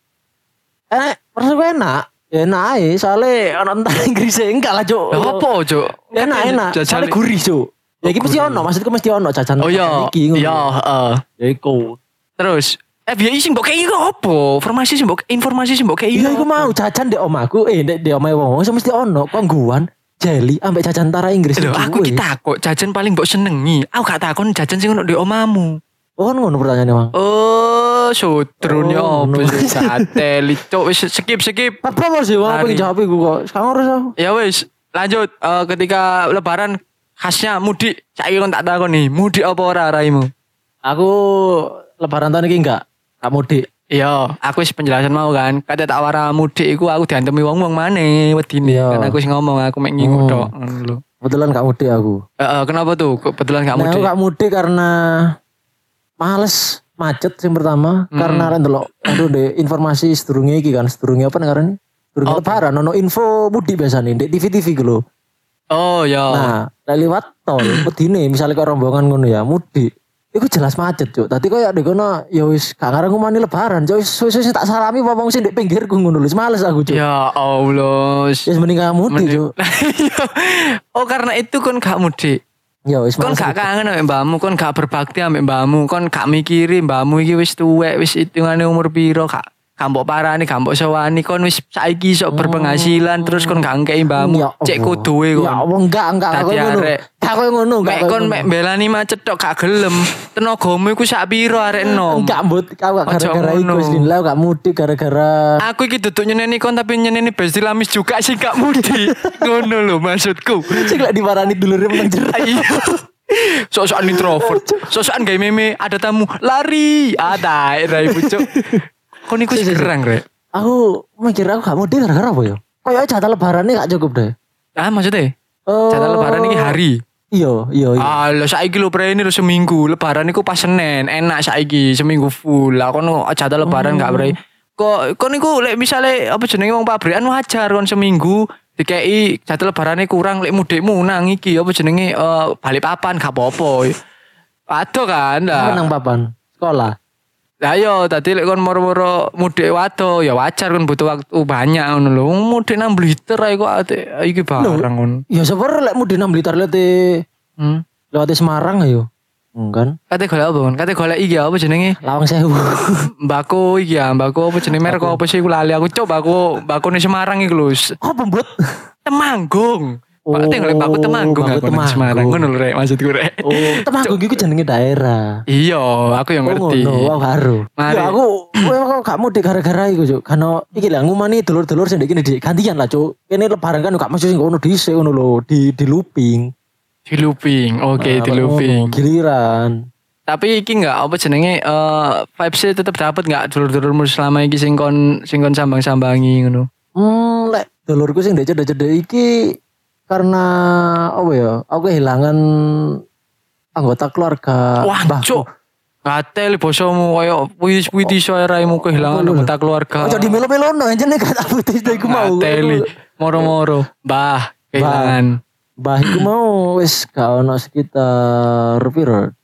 Speaker 2: Eh, maksud gue enak. Ya enak ae, soalnya ono entar Inggris e, enggak lah, Cuk.
Speaker 1: Lah opo, Cuk?
Speaker 2: Oh.
Speaker 1: Kan
Speaker 2: enak enak
Speaker 1: Jajan
Speaker 2: soalnya gurih cuk ya iki mesti ono maksudku mesti ono jajan
Speaker 1: Oh iya.
Speaker 2: iki ngono.
Speaker 1: Iya, heeh.
Speaker 2: ya iku
Speaker 1: Terus FBI sing mbok kei iku opo? Informasi sing mbok informasi sing mbok kei.
Speaker 2: iya iku
Speaker 1: iku
Speaker 2: mau jajan dek omaku eh dek dek omae wong so mesti ono kongguan jeli ambek jajan tara Inggris
Speaker 1: Lho,
Speaker 2: iku,
Speaker 1: aku ki
Speaker 2: weh.
Speaker 1: takok jajan paling mbok senengi. Aku gak takon jajan sing ono di omamu.
Speaker 2: oh kan ngono pertanyaannya Mang
Speaker 1: Oh, sudrun ya
Speaker 2: Oh,
Speaker 1: opo
Speaker 2: no.
Speaker 1: sih sate licok wis skip skip.
Speaker 2: apa mau sih Mang? aku
Speaker 1: Mari.
Speaker 2: jawab iku kok sekarang harus aku
Speaker 1: Ya wis, lanjut Eh, ketika lebaran khasnya mudik. Saiki kon tak takon nih, mudik apa ora raimu?
Speaker 2: aku lebaran tahun ini enggak kamu dek
Speaker 1: Iya, aku wis penjelasan mau kan. Kata tak wara mudik iku aku diantemi wong-wong maneh wedine.
Speaker 2: Iya. Oh.
Speaker 1: Kan aku wis ngomong aku mek ngingu tok ngono lho.
Speaker 2: kebetulan kamu dek aku
Speaker 1: Eh, eh, kenapa tuh? Kebetulan gak
Speaker 2: nah, aku
Speaker 1: mudik.
Speaker 2: kamu dek karena males macet yang pertama karena kan delok aduh deh informasi sedurunge iki kan sedurunge apa ngaran sedurunge lebaran ono info mudik biasane ndek TV-TV gitu lho.
Speaker 1: Oh, ya.
Speaker 2: Nah, lek liwat tol pedine misalnya kok rombongan ngono ya mudik. Iku jelas macet cuk. Tadi koyo ndek kono ya wis gak ngarang ngumani lebaran cuk. Wis wis- wis tak salami wong sing ndek pinggirku ngono lho. Wis Males aku cuk.
Speaker 1: Ya Allah.
Speaker 2: Wis mending gak mudik cuk.
Speaker 1: oh karena itu kon gak mudik.
Speaker 2: Ya wis
Speaker 1: Kon
Speaker 2: males.
Speaker 1: gak kangen ambek mbakmu, kon gak berbakti ambek mbakmu, kon gak mikiri mbakmu iki wis tuwek, wis hitungane umur piro, gak gak mbok parani, gak mbok sewani, kon wis saiki sok berpenghasilan terus kon gak ngkei
Speaker 2: Oh. Ya
Speaker 1: mbakmu.
Speaker 2: Allah.
Speaker 1: Cek kuduwe
Speaker 2: Ya
Speaker 1: kon.
Speaker 2: Allah enggak enggak
Speaker 1: Tadi
Speaker 2: aku ngono.
Speaker 1: arek.
Speaker 2: Gak koyo ngono gak
Speaker 1: Mek
Speaker 2: koyo
Speaker 1: kon
Speaker 2: ngono.
Speaker 1: mek belani macet tok gak gelem. Tenagamu iku sak piro arek enom.
Speaker 2: Enggak mbut, aku gak
Speaker 1: Ojo
Speaker 2: gara-gara iku
Speaker 1: ngono.
Speaker 2: wis dinilai, aku gak mudik gara-gara
Speaker 1: Aku iki duduk nyeneni kon tapi nyeneni besti lamis juga sih gak mudi. Ngono lho maksudku.
Speaker 2: sing lek diparani dulure menang jerak.
Speaker 1: Iya. Sok-sokan introvert. Sok-sokan gay meme ada tamu lari. Ada rai pucuk. Kon iku sih gerang rek.
Speaker 2: Aku mikir aku gak mudik gara-gara apa ya? Kayak jatah lebarannya gak cukup deh.
Speaker 1: Ah maksudnya?
Speaker 2: Eh,
Speaker 1: Jatah lebaran iki hari.
Speaker 2: Iya, iya, iya.
Speaker 1: Ah lho saiki lho prene lho seminggu. Lebaran iku pas Senin. Enak saiki seminggu full. Lah kon jatah lebaran gak prei. Kok kon iku lek misale apa jenenge wong pabrikan wajar kon seminggu dikei jatah lebarane kurang lek mudikmu nang iki apa jenenge eh, balik papan gak apa-apa. Aduh kan. lah.
Speaker 2: Menang papan sekolah.
Speaker 1: Lah yo tadi lek kon moro-moro mudik wado ya wajar kon butuh waktu banyak ngono lho. Wong Mudik 6 liter ae kok ate- iki barang ngono.
Speaker 2: Ya sabar lek mudik 6 liter lewat di-
Speaker 1: Hmm.
Speaker 2: lewat di Semarang ya, ayo. Enggak.
Speaker 1: Kate golek apa kon? Kate golek iki apa jenenge?
Speaker 2: Lawang Sewu.
Speaker 1: Mbako iki ya, mbako apa jenenge merek apa sih iku lali aku coba aku mbako ni Semarang iki lho. S-
Speaker 2: Apa pembut?
Speaker 1: Temanggung.
Speaker 2: Oh,
Speaker 1: Pak golek mbako Temanggung
Speaker 2: Mbako
Speaker 1: aku nang
Speaker 2: Temanggung.
Speaker 1: Semarang ngono lho rek maksudku rek.
Speaker 2: Oh, Temanggung iku jenenge daerah.
Speaker 1: Iya, aku yang
Speaker 2: Oh,
Speaker 1: ngerti.
Speaker 2: ngono, aku karo.
Speaker 1: Mari.
Speaker 2: Ya aku kowe kok gak mudik gara-gara iku, Cuk. Karena iki lah ngumani dulur-dulur sing ndek kene Dik. gantian lah, Cuk. Kene lebaran kan gak mesti sing ngono dhisik ngono lho, di di looping.
Speaker 1: Di looping. Oke,
Speaker 2: Nah,
Speaker 1: di
Speaker 2: kok
Speaker 1: looping.
Speaker 2: ngono, Giliran.
Speaker 1: Tapi iki enggak apa jenenge eh vibes-e tetep dapat enggak dulur-dulurmu selama iki sing kon sing kon sambang-sambangi ngono.
Speaker 2: Hmm, lek dulurku sing ndek cedek-cedek iki karena apa ya? Aku kehilangan anggota keluarga.
Speaker 1: Wah, cuk. Gatel bosomu koyo puisi-puisi suaraimu kehilangan anggota keluarga.
Speaker 2: Ojo di melo-melono anjene gak tak putih iku mau.
Speaker 1: Gateli moro-moro. Bah, kehilangan.
Speaker 2: Mbah iku mau wis gak ono sekitar piro?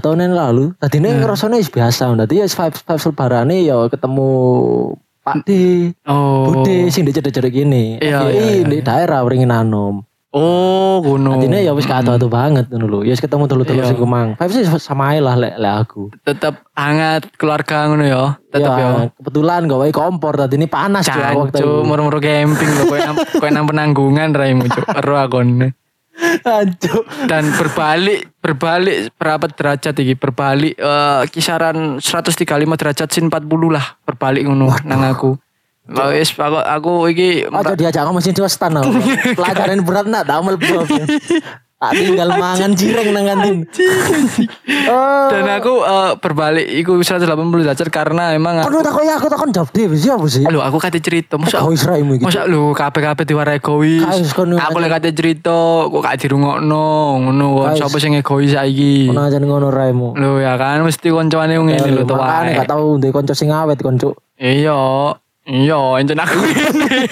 Speaker 1: Hmm.
Speaker 2: tahun yang lalu tadi ini rasanya biasa dadi ya vibes vibes lebarane ya ketemu Pak D,
Speaker 1: Oh.
Speaker 2: Bude sing ndek cedek-cedek ini.
Speaker 1: Iya,
Speaker 2: Iya,
Speaker 1: iya, iya.
Speaker 2: ndek daerah wringin anom.
Speaker 1: Oh, ngono.
Speaker 2: Artinya ya wis kata tuh banget ngono lho. Ya wis ketemu telu-telu
Speaker 1: Hmm. Iya.
Speaker 2: sing kumang. Vibe sih sama ae lah lek lek aku.
Speaker 1: tetap hangat keluarga ngono ya. Tetap ya.
Speaker 2: Kebetulan gak wae kompor tadi ini panas Cuk, Iya, waktu
Speaker 1: Cancu,
Speaker 2: itu.
Speaker 1: moro-moro camping lho koyo nang- koyo nang penanggungan raimu cuk. Ero aku ini.
Speaker 2: Ancuk.
Speaker 1: dan berbalik berbalik berapa derajat iki berbalik eh, kisaran 135 derajat sin 40 lah berbalik ngono nang aku Lah, wis aku aku iki
Speaker 2: Aja diajak kamu mesin cuma stan aku. oh. Pelajaran berat nak tak melbu. Tak tinggal mangan jireng nang kantin. Oh.
Speaker 1: dan aku eh, berbalik iku 180 derajat karena emang aku,
Speaker 2: Kono tak koyo aku takon jawab dhewe siapa sih?
Speaker 1: Aduh, aku kate cerita masa
Speaker 2: Kau Israel gitu.
Speaker 1: Masa lu kabeh-kabeh diwarai egois.
Speaker 2: Kaos kono.
Speaker 1: Aku lek kate cerita kok gak dirungokno ngono wae.
Speaker 2: Kaos.
Speaker 1: Sopo sing egois saiki?
Speaker 2: Ono aja ngono raimu.
Speaker 1: Lho ya kan mesti koncone wong ngene lho tuh
Speaker 2: Makane
Speaker 1: wae.
Speaker 2: gak tau ndek kanca sing awet konco.
Speaker 1: Iya. Iya, encen aku.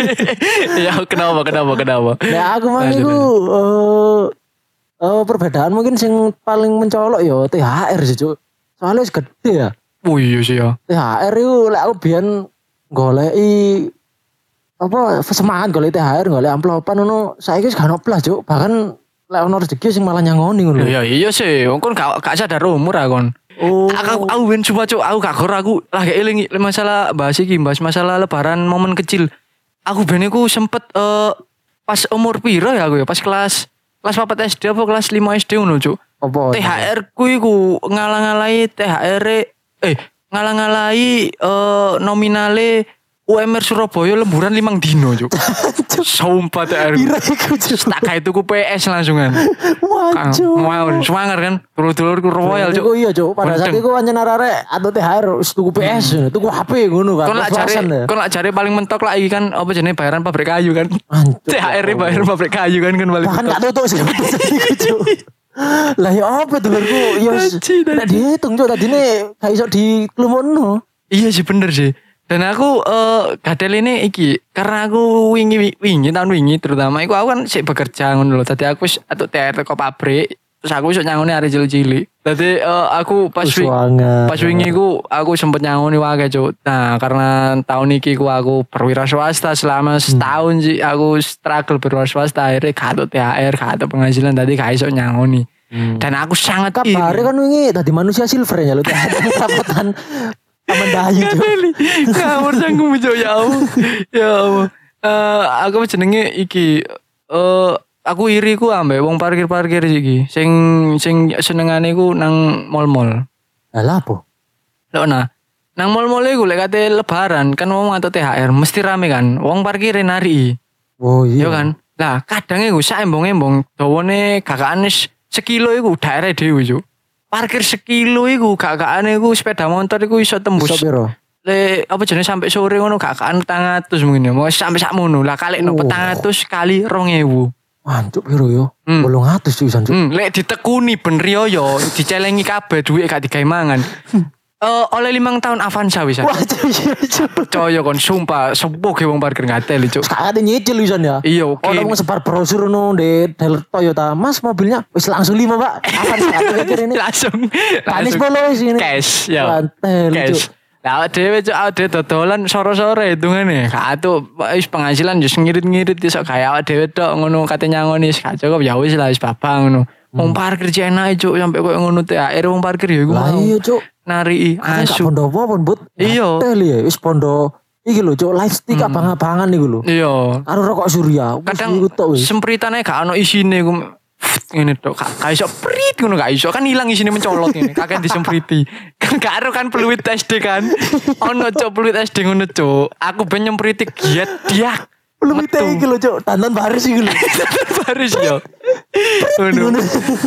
Speaker 1: Ya kenapa kenapa kenapa?
Speaker 2: Ya aku mah iku eh eh, perbedaan mungkin sing paling mencolok ya THR sih, Cuk. Soalnya wis gede ya.
Speaker 1: Oh iya sih ya.
Speaker 2: THR itu lek aku biyen goleki apa semangat golek THR golek amplopan ngono saiki wis gak ono blas, Cuk. Bahkan lek ono rezeki sing malah nyangoni ngono.
Speaker 1: Lho ya iya sih, wong kon gak gak sadar umur aku.
Speaker 2: Oh.
Speaker 1: Aku aku ben coba cuk, aku gak gor aku lagi eling masalah bahas iki, bahas masalah lebaran momen kecil. Aku ben iku sempet eh, pas umur piro ya aku ya, pas kelas kelas 4 SD apa kelas 5 SD ngono cuk.
Speaker 2: Apa?
Speaker 1: THR
Speaker 2: iya.
Speaker 1: ku iku ngalang-alai THR -e- eh ngalang-alai eh, nominale UMR Surabaya lemburan limang dino cuk. Sumpah THR.
Speaker 2: Pira iku, Cuk?
Speaker 1: Tak kayak tuku PS langsungan. Kang,
Speaker 2: Wah, Cuk.
Speaker 1: Mau semangar kan. Dulur-dulurku royal cuk.
Speaker 2: Iku iya cuk, pada saat
Speaker 1: Gendeng.
Speaker 2: itu anjen arek atau THR wis tuku PS, tuku HP ngono kan.
Speaker 1: Kon lak cari,
Speaker 2: Kepuasan, ya.
Speaker 1: kon lak cari paling mentok lah iki kan apa jenenge bayaran pabrik kayu kan.
Speaker 2: Hancur.
Speaker 1: THR -e bayaran pabrik kayu kan kan paling.
Speaker 2: Bahkan gak tutup sih. Iku, Cuk. Lah ya apa dulurku? Ya wis.
Speaker 1: Tadi, tadi.
Speaker 2: Nek dihitung cuk tadine gak iso diklumono.
Speaker 1: Iya sih bener sih. Dan aku eh gadel ini iki karena aku wingi wingi tahun wingi terutama iku aku kan sik bekerja ngono lho. Dadi aku wis atuk TR teko pabrik terus aku iso nyangoni arek cilik-cilik. Dadi eh, aku pas
Speaker 2: Wis
Speaker 1: wi-
Speaker 2: wangen.
Speaker 1: pas wingi ku aku sempet nyangoni wae cuk. Nah, karena tahun iki ku aku perwira swasta selama setahun sih aku struggle perwira swasta akhirnya gak atuk THR, gak atuk penghasilan dadi gak iso nyangoni. Dan aku sangat iri.
Speaker 2: Kabare kan wingi tadi manusia silver ya lho. Rapatan Taman Dayu cuk.
Speaker 1: Kali. Ngawur canggung bujo ya Allah. Ya Allah. Eh, aku jenenge iki eh aku iri ku ambek wong parkir-parkir iki sing sing senengane ku nang mall-mall.
Speaker 2: Lah apa?
Speaker 1: Lho nah. Nang mall-mall iku lek kate lebaran kan wong ngantuk THR mesti rame kan. Wong parkire nari.
Speaker 2: Oh
Speaker 1: Iya
Speaker 2: iya.
Speaker 1: kan? Lah kadang iku sak embong-embong dawane gagakane s- sekilo iku daerah dhewe yo. Parkir sekilo iku gagakane iku sepeda motor iku iso tembus
Speaker 2: Iso piro?
Speaker 1: le apa jenis sampai sore ngono gak kan petang atus mungkin ya mau sampai sak mono lah kali no
Speaker 2: Oh.
Speaker 1: petang atus kali rong ewu
Speaker 2: Wancuk piro yo? 800 cuk isan cuk.
Speaker 1: hmm, lek ditekuni bener yo yo dicelengi kabeh duit gak digawe mangan Eh, oleh limang tahun Avanza wis
Speaker 2: Hmm. Wah cuk iya cuk.
Speaker 1: coyo kon sumpah sepuh ge wong parkir ngateli cuk
Speaker 2: Kakak nyicil isan ya.
Speaker 1: iya oke
Speaker 2: Ono mau sebar brosur no di dealer Toyota. Mas mobilnya wis langsung lima pak. Akan sekali kiri ini.
Speaker 1: langsung
Speaker 2: Panis
Speaker 1: langsung
Speaker 2: polo wis ini.
Speaker 1: cash ya
Speaker 2: Mantel,
Speaker 1: cash
Speaker 2: Cuk.
Speaker 1: lah awak dhewe cuk awak dhewe dodolan sore-sore hitungane gak atuh wis penghasilan yo ngirit-ngirit iso kaya awak dhewe tok ngono kate nyangoni wis gak cukup ya wis lah wis babang ngono
Speaker 2: Hmm.
Speaker 1: wong parkir cek enak e, cuk sampe koyo ngono THR wong parkir yo iku
Speaker 2: Lah
Speaker 1: mau
Speaker 2: iya cuk.
Speaker 1: nari
Speaker 2: Kan gak
Speaker 1: asu
Speaker 2: pondo apa pun but.
Speaker 1: Iya. Hmm.
Speaker 2: Mantel ya wis pondo. Iki lho cuk live stick abang-abangan iku lho.
Speaker 1: iya
Speaker 2: Karo rokok surya. Wis
Speaker 1: kadang
Speaker 2: iku tok wis.
Speaker 1: sempritane gak ono isine ku ngene tok gak gak iso prit ngono gak iso kan ilang isine mencolot ngene kakek disempriti kan gak ero kan peluit SD kan ono cok peluit SD ngono cok aku ben nyempriti giat diak
Speaker 2: Belum itu iki lho cuk. Tantan baris iki lho.
Speaker 1: baris yo ngono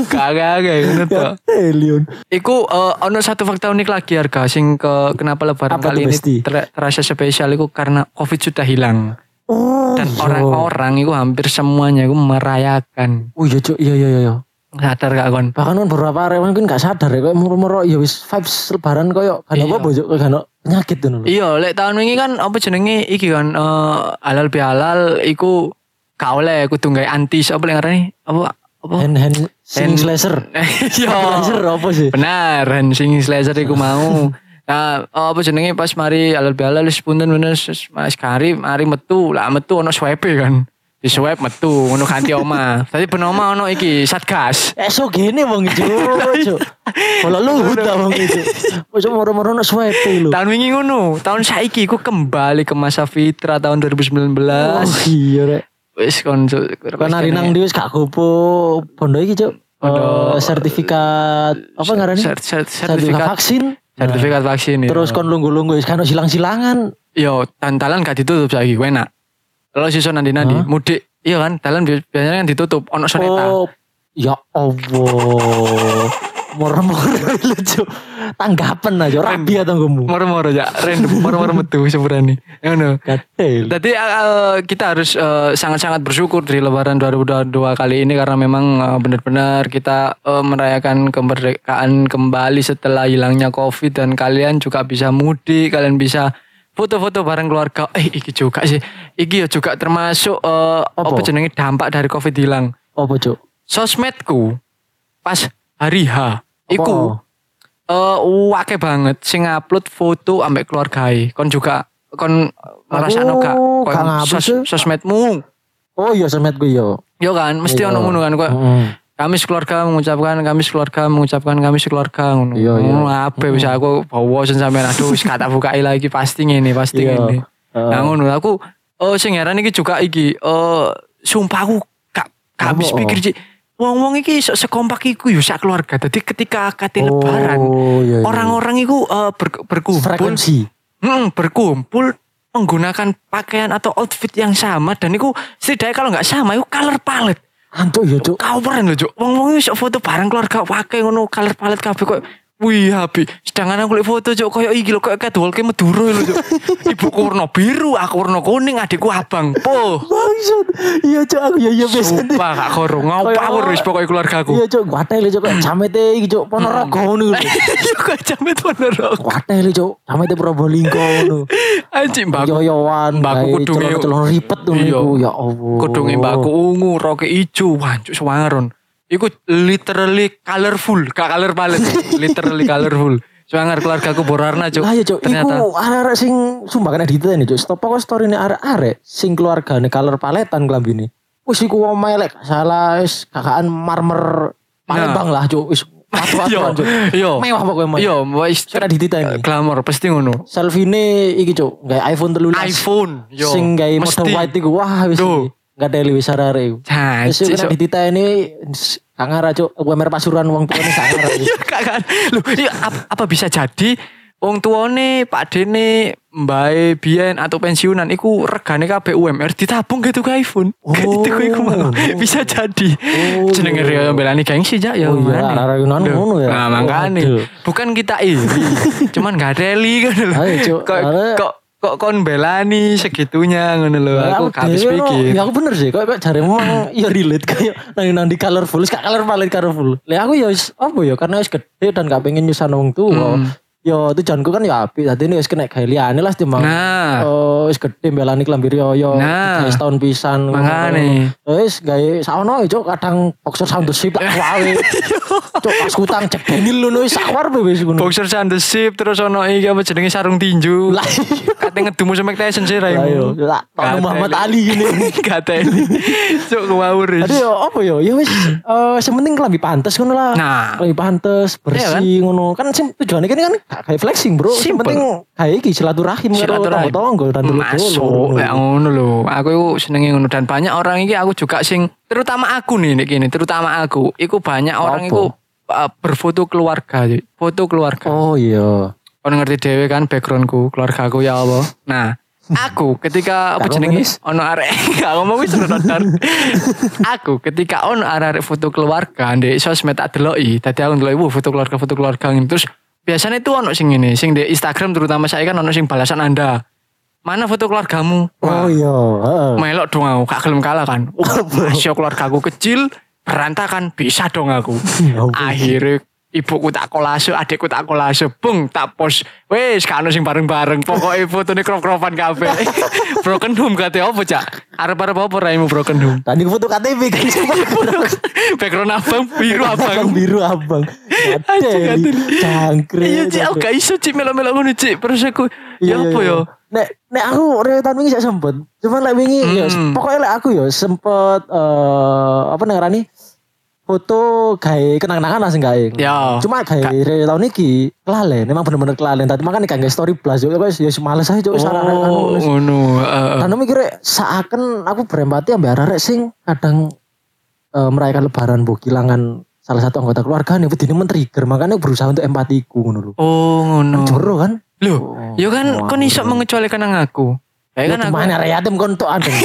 Speaker 1: kagak kagak ngono
Speaker 2: Ya.
Speaker 1: tok
Speaker 2: Elion.
Speaker 1: Iku eh, ono satu fakta unik lagi harga sing ke kenapa lebaran
Speaker 2: Apa
Speaker 1: kali ini
Speaker 2: tuh, Besti?
Speaker 1: ter- terasa spesial iku karena covid sudah hilang
Speaker 2: Oh.
Speaker 1: dan
Speaker 2: iya.
Speaker 1: orang-orang itu hampir semuanya itu merayakan
Speaker 2: Oh iya cuk. Iya iya iya.
Speaker 1: sadar gak kon
Speaker 2: Bahkan kan beberapa arek mungkin gak sadar ya. Kayak murmur ya wis vibes lebaran koyo. Kan apa bojo. Kan penyakit tuh lho.
Speaker 1: Iya, lek tahun ini kan apa jenenge iki kan eh, halal bihalal iku gak oleh kudu gawe anti apa lek ngarani? Apa apa?
Speaker 2: Hand hand sing slasher.
Speaker 1: Oh. Iya.
Speaker 2: Slasher apa sih?
Speaker 1: Benar, hand singing slasher iku mau. Nah, apa jenenge pas mari alal bialal wis punten bener Mas Kari mari metu. Lah metu ono swipe kan. Di swipe metu ngono ganti oma. Tadi ben oma ono iki satgas.
Speaker 2: Esok gini wong Ijo. Kalau
Speaker 1: Iya.
Speaker 2: lu ta wong Ijo. Ojo moro-moro nak swipe lu.
Speaker 1: Tahun wingi ngono, tahun saiki ku kembali ke masa fitra tahun 2019.
Speaker 2: iya rek.
Speaker 1: Wis kon
Speaker 2: Kan hari nang dhewe gak kupu bondo iki Cuk.
Speaker 1: Bondo.
Speaker 2: Eh, sertifikat apa ngarannya?
Speaker 1: Ser- ser- sertifikat-
Speaker 2: vaksin.
Speaker 1: sertifikat vaksin ya.
Speaker 2: Terus kon lunggu-lunggu wis kan silang-silangan.
Speaker 1: Yo, tantalan gak ditutup saiki, enak. Lalu sisa nanti nanti mudik, iya kan? Talan bi- biasanya kan ditutup, ono soneta.
Speaker 2: Oh, ya Allah. Moro-moro lucu. Tanggapan aja rabi atau kamu.
Speaker 1: Moro-moro ya, random, moro-moro metu sebenarnya. Ngono.
Speaker 2: Gatel.
Speaker 1: Tadi eh, kita harus eh, sangat-sangat bersyukur di Lebaran 2022 kali ini karena memang eh, benar-benar kita eh, merayakan kemerdekaan kembali setelah hilangnya COVID dan kalian juga bisa mudik, kalian bisa foto-foto bareng keluarga. Eh, iki juga sih, iki ya juga termasuk eh, apa, jenenge dampak dari COVID hilang.
Speaker 2: Apa cuk?
Speaker 1: Sosmedku pas hari H, iku eh wake banget sing upload foto ambek keluargae. Kon juga kon ngerasakno gak
Speaker 2: Aku
Speaker 1: Kon
Speaker 2: gak ngupload sih.
Speaker 1: sosmedmu.
Speaker 2: Oh iya semet gue yo.
Speaker 1: Yo kan mesti ono ngono kan kok.
Speaker 2: Heeh.
Speaker 1: Kami sekeluarga mengucapkan, kami sekeluarga mengucapkan, kami sekeluarga ngono.
Speaker 2: Iya, iya.
Speaker 1: Ngono ape wis aku bawa sen sampean aduh wis kata bukai lagi pasti ngene, pasti
Speaker 2: Iya.
Speaker 1: ngene.
Speaker 2: Heeh.
Speaker 1: Nah ngono aku eh sing heran iki juga iki eh sumpah aku gak gak habis
Speaker 2: Apa?
Speaker 1: pikir Cik. Wong-wong iki sok sekompak iku yo sak keluarga. Dadi ketika kate
Speaker 2: Oh,
Speaker 1: lebaran
Speaker 2: iya, iya.
Speaker 1: orang-orang iku eh, ber- berkumpul
Speaker 2: Frekuensi.
Speaker 1: Mm, berkumpul menggunakan pakaian atau outfit yang sama dan itu setidaknya kalau nggak sama itu color palette
Speaker 2: Antuk yo cuk.
Speaker 1: coveran loh cok wong wong iso foto bareng keluarga pakai ngono color palette kabeh kok Wih happy. Sedangkan aku lek foto cok koyo iki lho koyo catwalk Madura lho cok. Ibuku warna biru, aku warna kuning, adikku abang. Po.
Speaker 2: Maksud. Iya cuk aku yo yo biasa.
Speaker 1: Sumpah gak koro
Speaker 2: Kayak
Speaker 1: ngapa
Speaker 2: apa?
Speaker 1: wis pokoke Mm. keluargaku.
Speaker 2: Iya cuk, gatel cuk Kayak jamete iki cuk Ponorogo ngono lho.
Speaker 1: Yo kok jamet Madura.
Speaker 2: Gatel cuk, jamete Probolinggo ngono.
Speaker 1: Anjing mbak
Speaker 2: Yoyowan,
Speaker 1: Mbak, aku kudunge-
Speaker 2: celon ripet ngono
Speaker 1: Iya.
Speaker 2: iku ya Allah.
Speaker 1: Kudunge mbakku ungu, roke ijo, wancuk swangaron. Iku literally colorful, gak color palet, literally colorful. Swangar keluargaku berwarna, Cuk.
Speaker 2: Lah ya cuk,
Speaker 1: Ternyata
Speaker 2: iku arek-arek sing sumpah kena dititen cuk. Stop kok storyne arek-arek sing keluargane color paletan klambine. Wis iku wong melek salah wis kakaan marmer Palembang lah cuk. Wis
Speaker 1: Nah. yo
Speaker 2: patu-patuan cuk.
Speaker 1: yo
Speaker 2: Mewah pokoknya mewah.
Speaker 1: Yo, wis
Speaker 2: Kena dititen.
Speaker 1: glamor pasti ngono.
Speaker 2: Selfie-ne iki cuk, gawe iPhone 13.
Speaker 1: iPhone, yo.
Speaker 2: sing gawe mode
Speaker 1: mesti.
Speaker 2: white iku wah wis
Speaker 1: Duh.
Speaker 2: enggak teli wis arek-arek iku.
Speaker 1: Nah,
Speaker 2: Wis
Speaker 1: cik,
Speaker 2: kena
Speaker 1: so-
Speaker 2: dititeni s- sangar aja UMR Pasuruan wong tuane sangar. aja.
Speaker 1: Iya, gak kan. Loh, iya, ap- apa bisa jadi wong tuane, Pak Dene, Mbae, Bian atau pensiunan iku regane kabeh UMR ditabung gitu ke iPhone.
Speaker 2: Oh.
Speaker 1: Gitu iku mau. Bisa jadi.
Speaker 2: Oh.
Speaker 1: Jenenge Rio belani gengsi jak ya.
Speaker 2: Oh iya,
Speaker 1: makane.
Speaker 2: arah-arah Yunan
Speaker 1: Loh,
Speaker 2: ngono ya.
Speaker 1: Nah, makane.
Speaker 2: Waduh.
Speaker 1: Bukan kita iri, cuman gak reli kan lho.
Speaker 2: Ayo, Cuk.
Speaker 1: Kok
Speaker 2: Arah-
Speaker 1: kok kok kon belani segitunya ngono lho. Aku gak habis
Speaker 2: dewe no,
Speaker 1: pikir.
Speaker 2: Ya aku bener sih, kok kok jare emang ya relate kayak nang nang di colorful, wis gak color palette colorful. Lah aku ya wis apa ya karena wis gede dan gak pengen nyusan wong tuwa.
Speaker 1: Hmm.
Speaker 2: Yo tujuanku kan ya apik, dadi wis kena gawe liyane lah timbang.
Speaker 1: Nah.
Speaker 2: Oh, wis gede mbelani klambi riyo.
Speaker 1: Nah.
Speaker 2: Wis tahun pisan. Oh,
Speaker 1: Makane.
Speaker 2: Wis gawe saono cuk kadang boxer sound the ship tak wae. Cuk pas kutang cek Daniel lu wis sakwar wis ngono.
Speaker 1: Boxer sandal sip terus ono iki apa jenenge sarung tinju.
Speaker 2: Lah, iya.
Speaker 1: Kate ngedumu semek Tyson sih raimu.
Speaker 2: Ayo, tak tahu Muhammad Ali gini.
Speaker 1: Kateli. Cuk ngawur.
Speaker 2: Aduh ya apa ya? Ya wis eh sementing lebih pantes ngono lah.
Speaker 1: Nah.
Speaker 2: lebih pantes, bersih ngono. Kan sim, tujuane kan kan gak kayak flexing, Bro. Sing
Speaker 1: Simple.
Speaker 2: penting kayak iki silaturahim karo
Speaker 1: Silaturahim.
Speaker 2: tangga-tangga dan
Speaker 1: Masuk ya. kayak ngono lho. Aku iku senenge ngono dan banyak orang iki aku juga sing terutama aku nih nek gini, terutama aku. Iku banyak orang
Speaker 2: Apa?
Speaker 1: iku uh, berfoto keluarga, Cuk. foto keluarga.
Speaker 2: Oh iya.
Speaker 1: Kon ngerti dhewe kan backgroundku, keluargaku ya Allah. Nah, aku ketika apa
Speaker 2: Gak
Speaker 1: jenenge
Speaker 2: ngomong,
Speaker 1: ono arek gak ngomong wis nonton. aku ketika ono arek-arek foto keluarga ndek sosmed tak deloki, dadi aku ndeloki "Wuh, foto keluarga foto keluarga ngene. terus biasanya itu ono sing ngene, sing di Instagram terutama saya kan ono sing balasan Anda. Mana foto keluargamu?
Speaker 2: Oh
Speaker 1: Wah,
Speaker 2: iya. Heeh.
Speaker 1: melok dong aku, gak gelem kalah kan. Oh, Masya keluargaku kecil, berantakan, bisa dong aku.
Speaker 2: Ya ampun.
Speaker 1: Akhirnya ibuku tak kolase, adikku tak kolase, bung tak pos. Wes, kan sing bareng-bareng, pokoknya foto nih krop-kropan kabeh. Broken home kate apa cak? Arep-arep apa raimu broken home?
Speaker 2: Tadi foto KTP kan
Speaker 1: Background abang biru
Speaker 2: abang
Speaker 1: abang.
Speaker 2: biru abang.
Speaker 1: Anjing,
Speaker 2: Ada
Speaker 1: anjing.
Speaker 2: cangkrik.
Speaker 1: Iya cik aku gak iso cik melo-melo ngono cik. Terus aku ya apa ya?
Speaker 2: Iya, Nek nek aku rewetan wingi gak sempet. Cuman lek wingi ya
Speaker 1: Hmm.
Speaker 2: pokoknya lek aku ya sempet eh apa ngarani foto gawe kenang-kenangan lah sing gawe.
Speaker 1: Ya.
Speaker 2: Cuma gawe rewetan iki kelalen, memang bener-bener kelalen. Tadi makane gak gawe story blast yo wis ya males ae cuk sarane kan.
Speaker 1: Oh,
Speaker 2: wis.
Speaker 1: ngono. heeh.
Speaker 2: Karena mikirnya seakan aku berempati ambil arek sing kadang eh, merayakan lebaran bu kehilangan salah satu anggota keluarga nih ini men-trigger makanya aku berusaha untuk empatiku ngono lho.
Speaker 1: Oh, ngono.
Speaker 2: Jero kan.
Speaker 1: Loh,
Speaker 2: Oh,
Speaker 1: yo kan
Speaker 2: wah,
Speaker 1: kon iso mengecualikan nang aku. Ya kan aku.
Speaker 2: Mana arek yatim kon tok anu? anjing.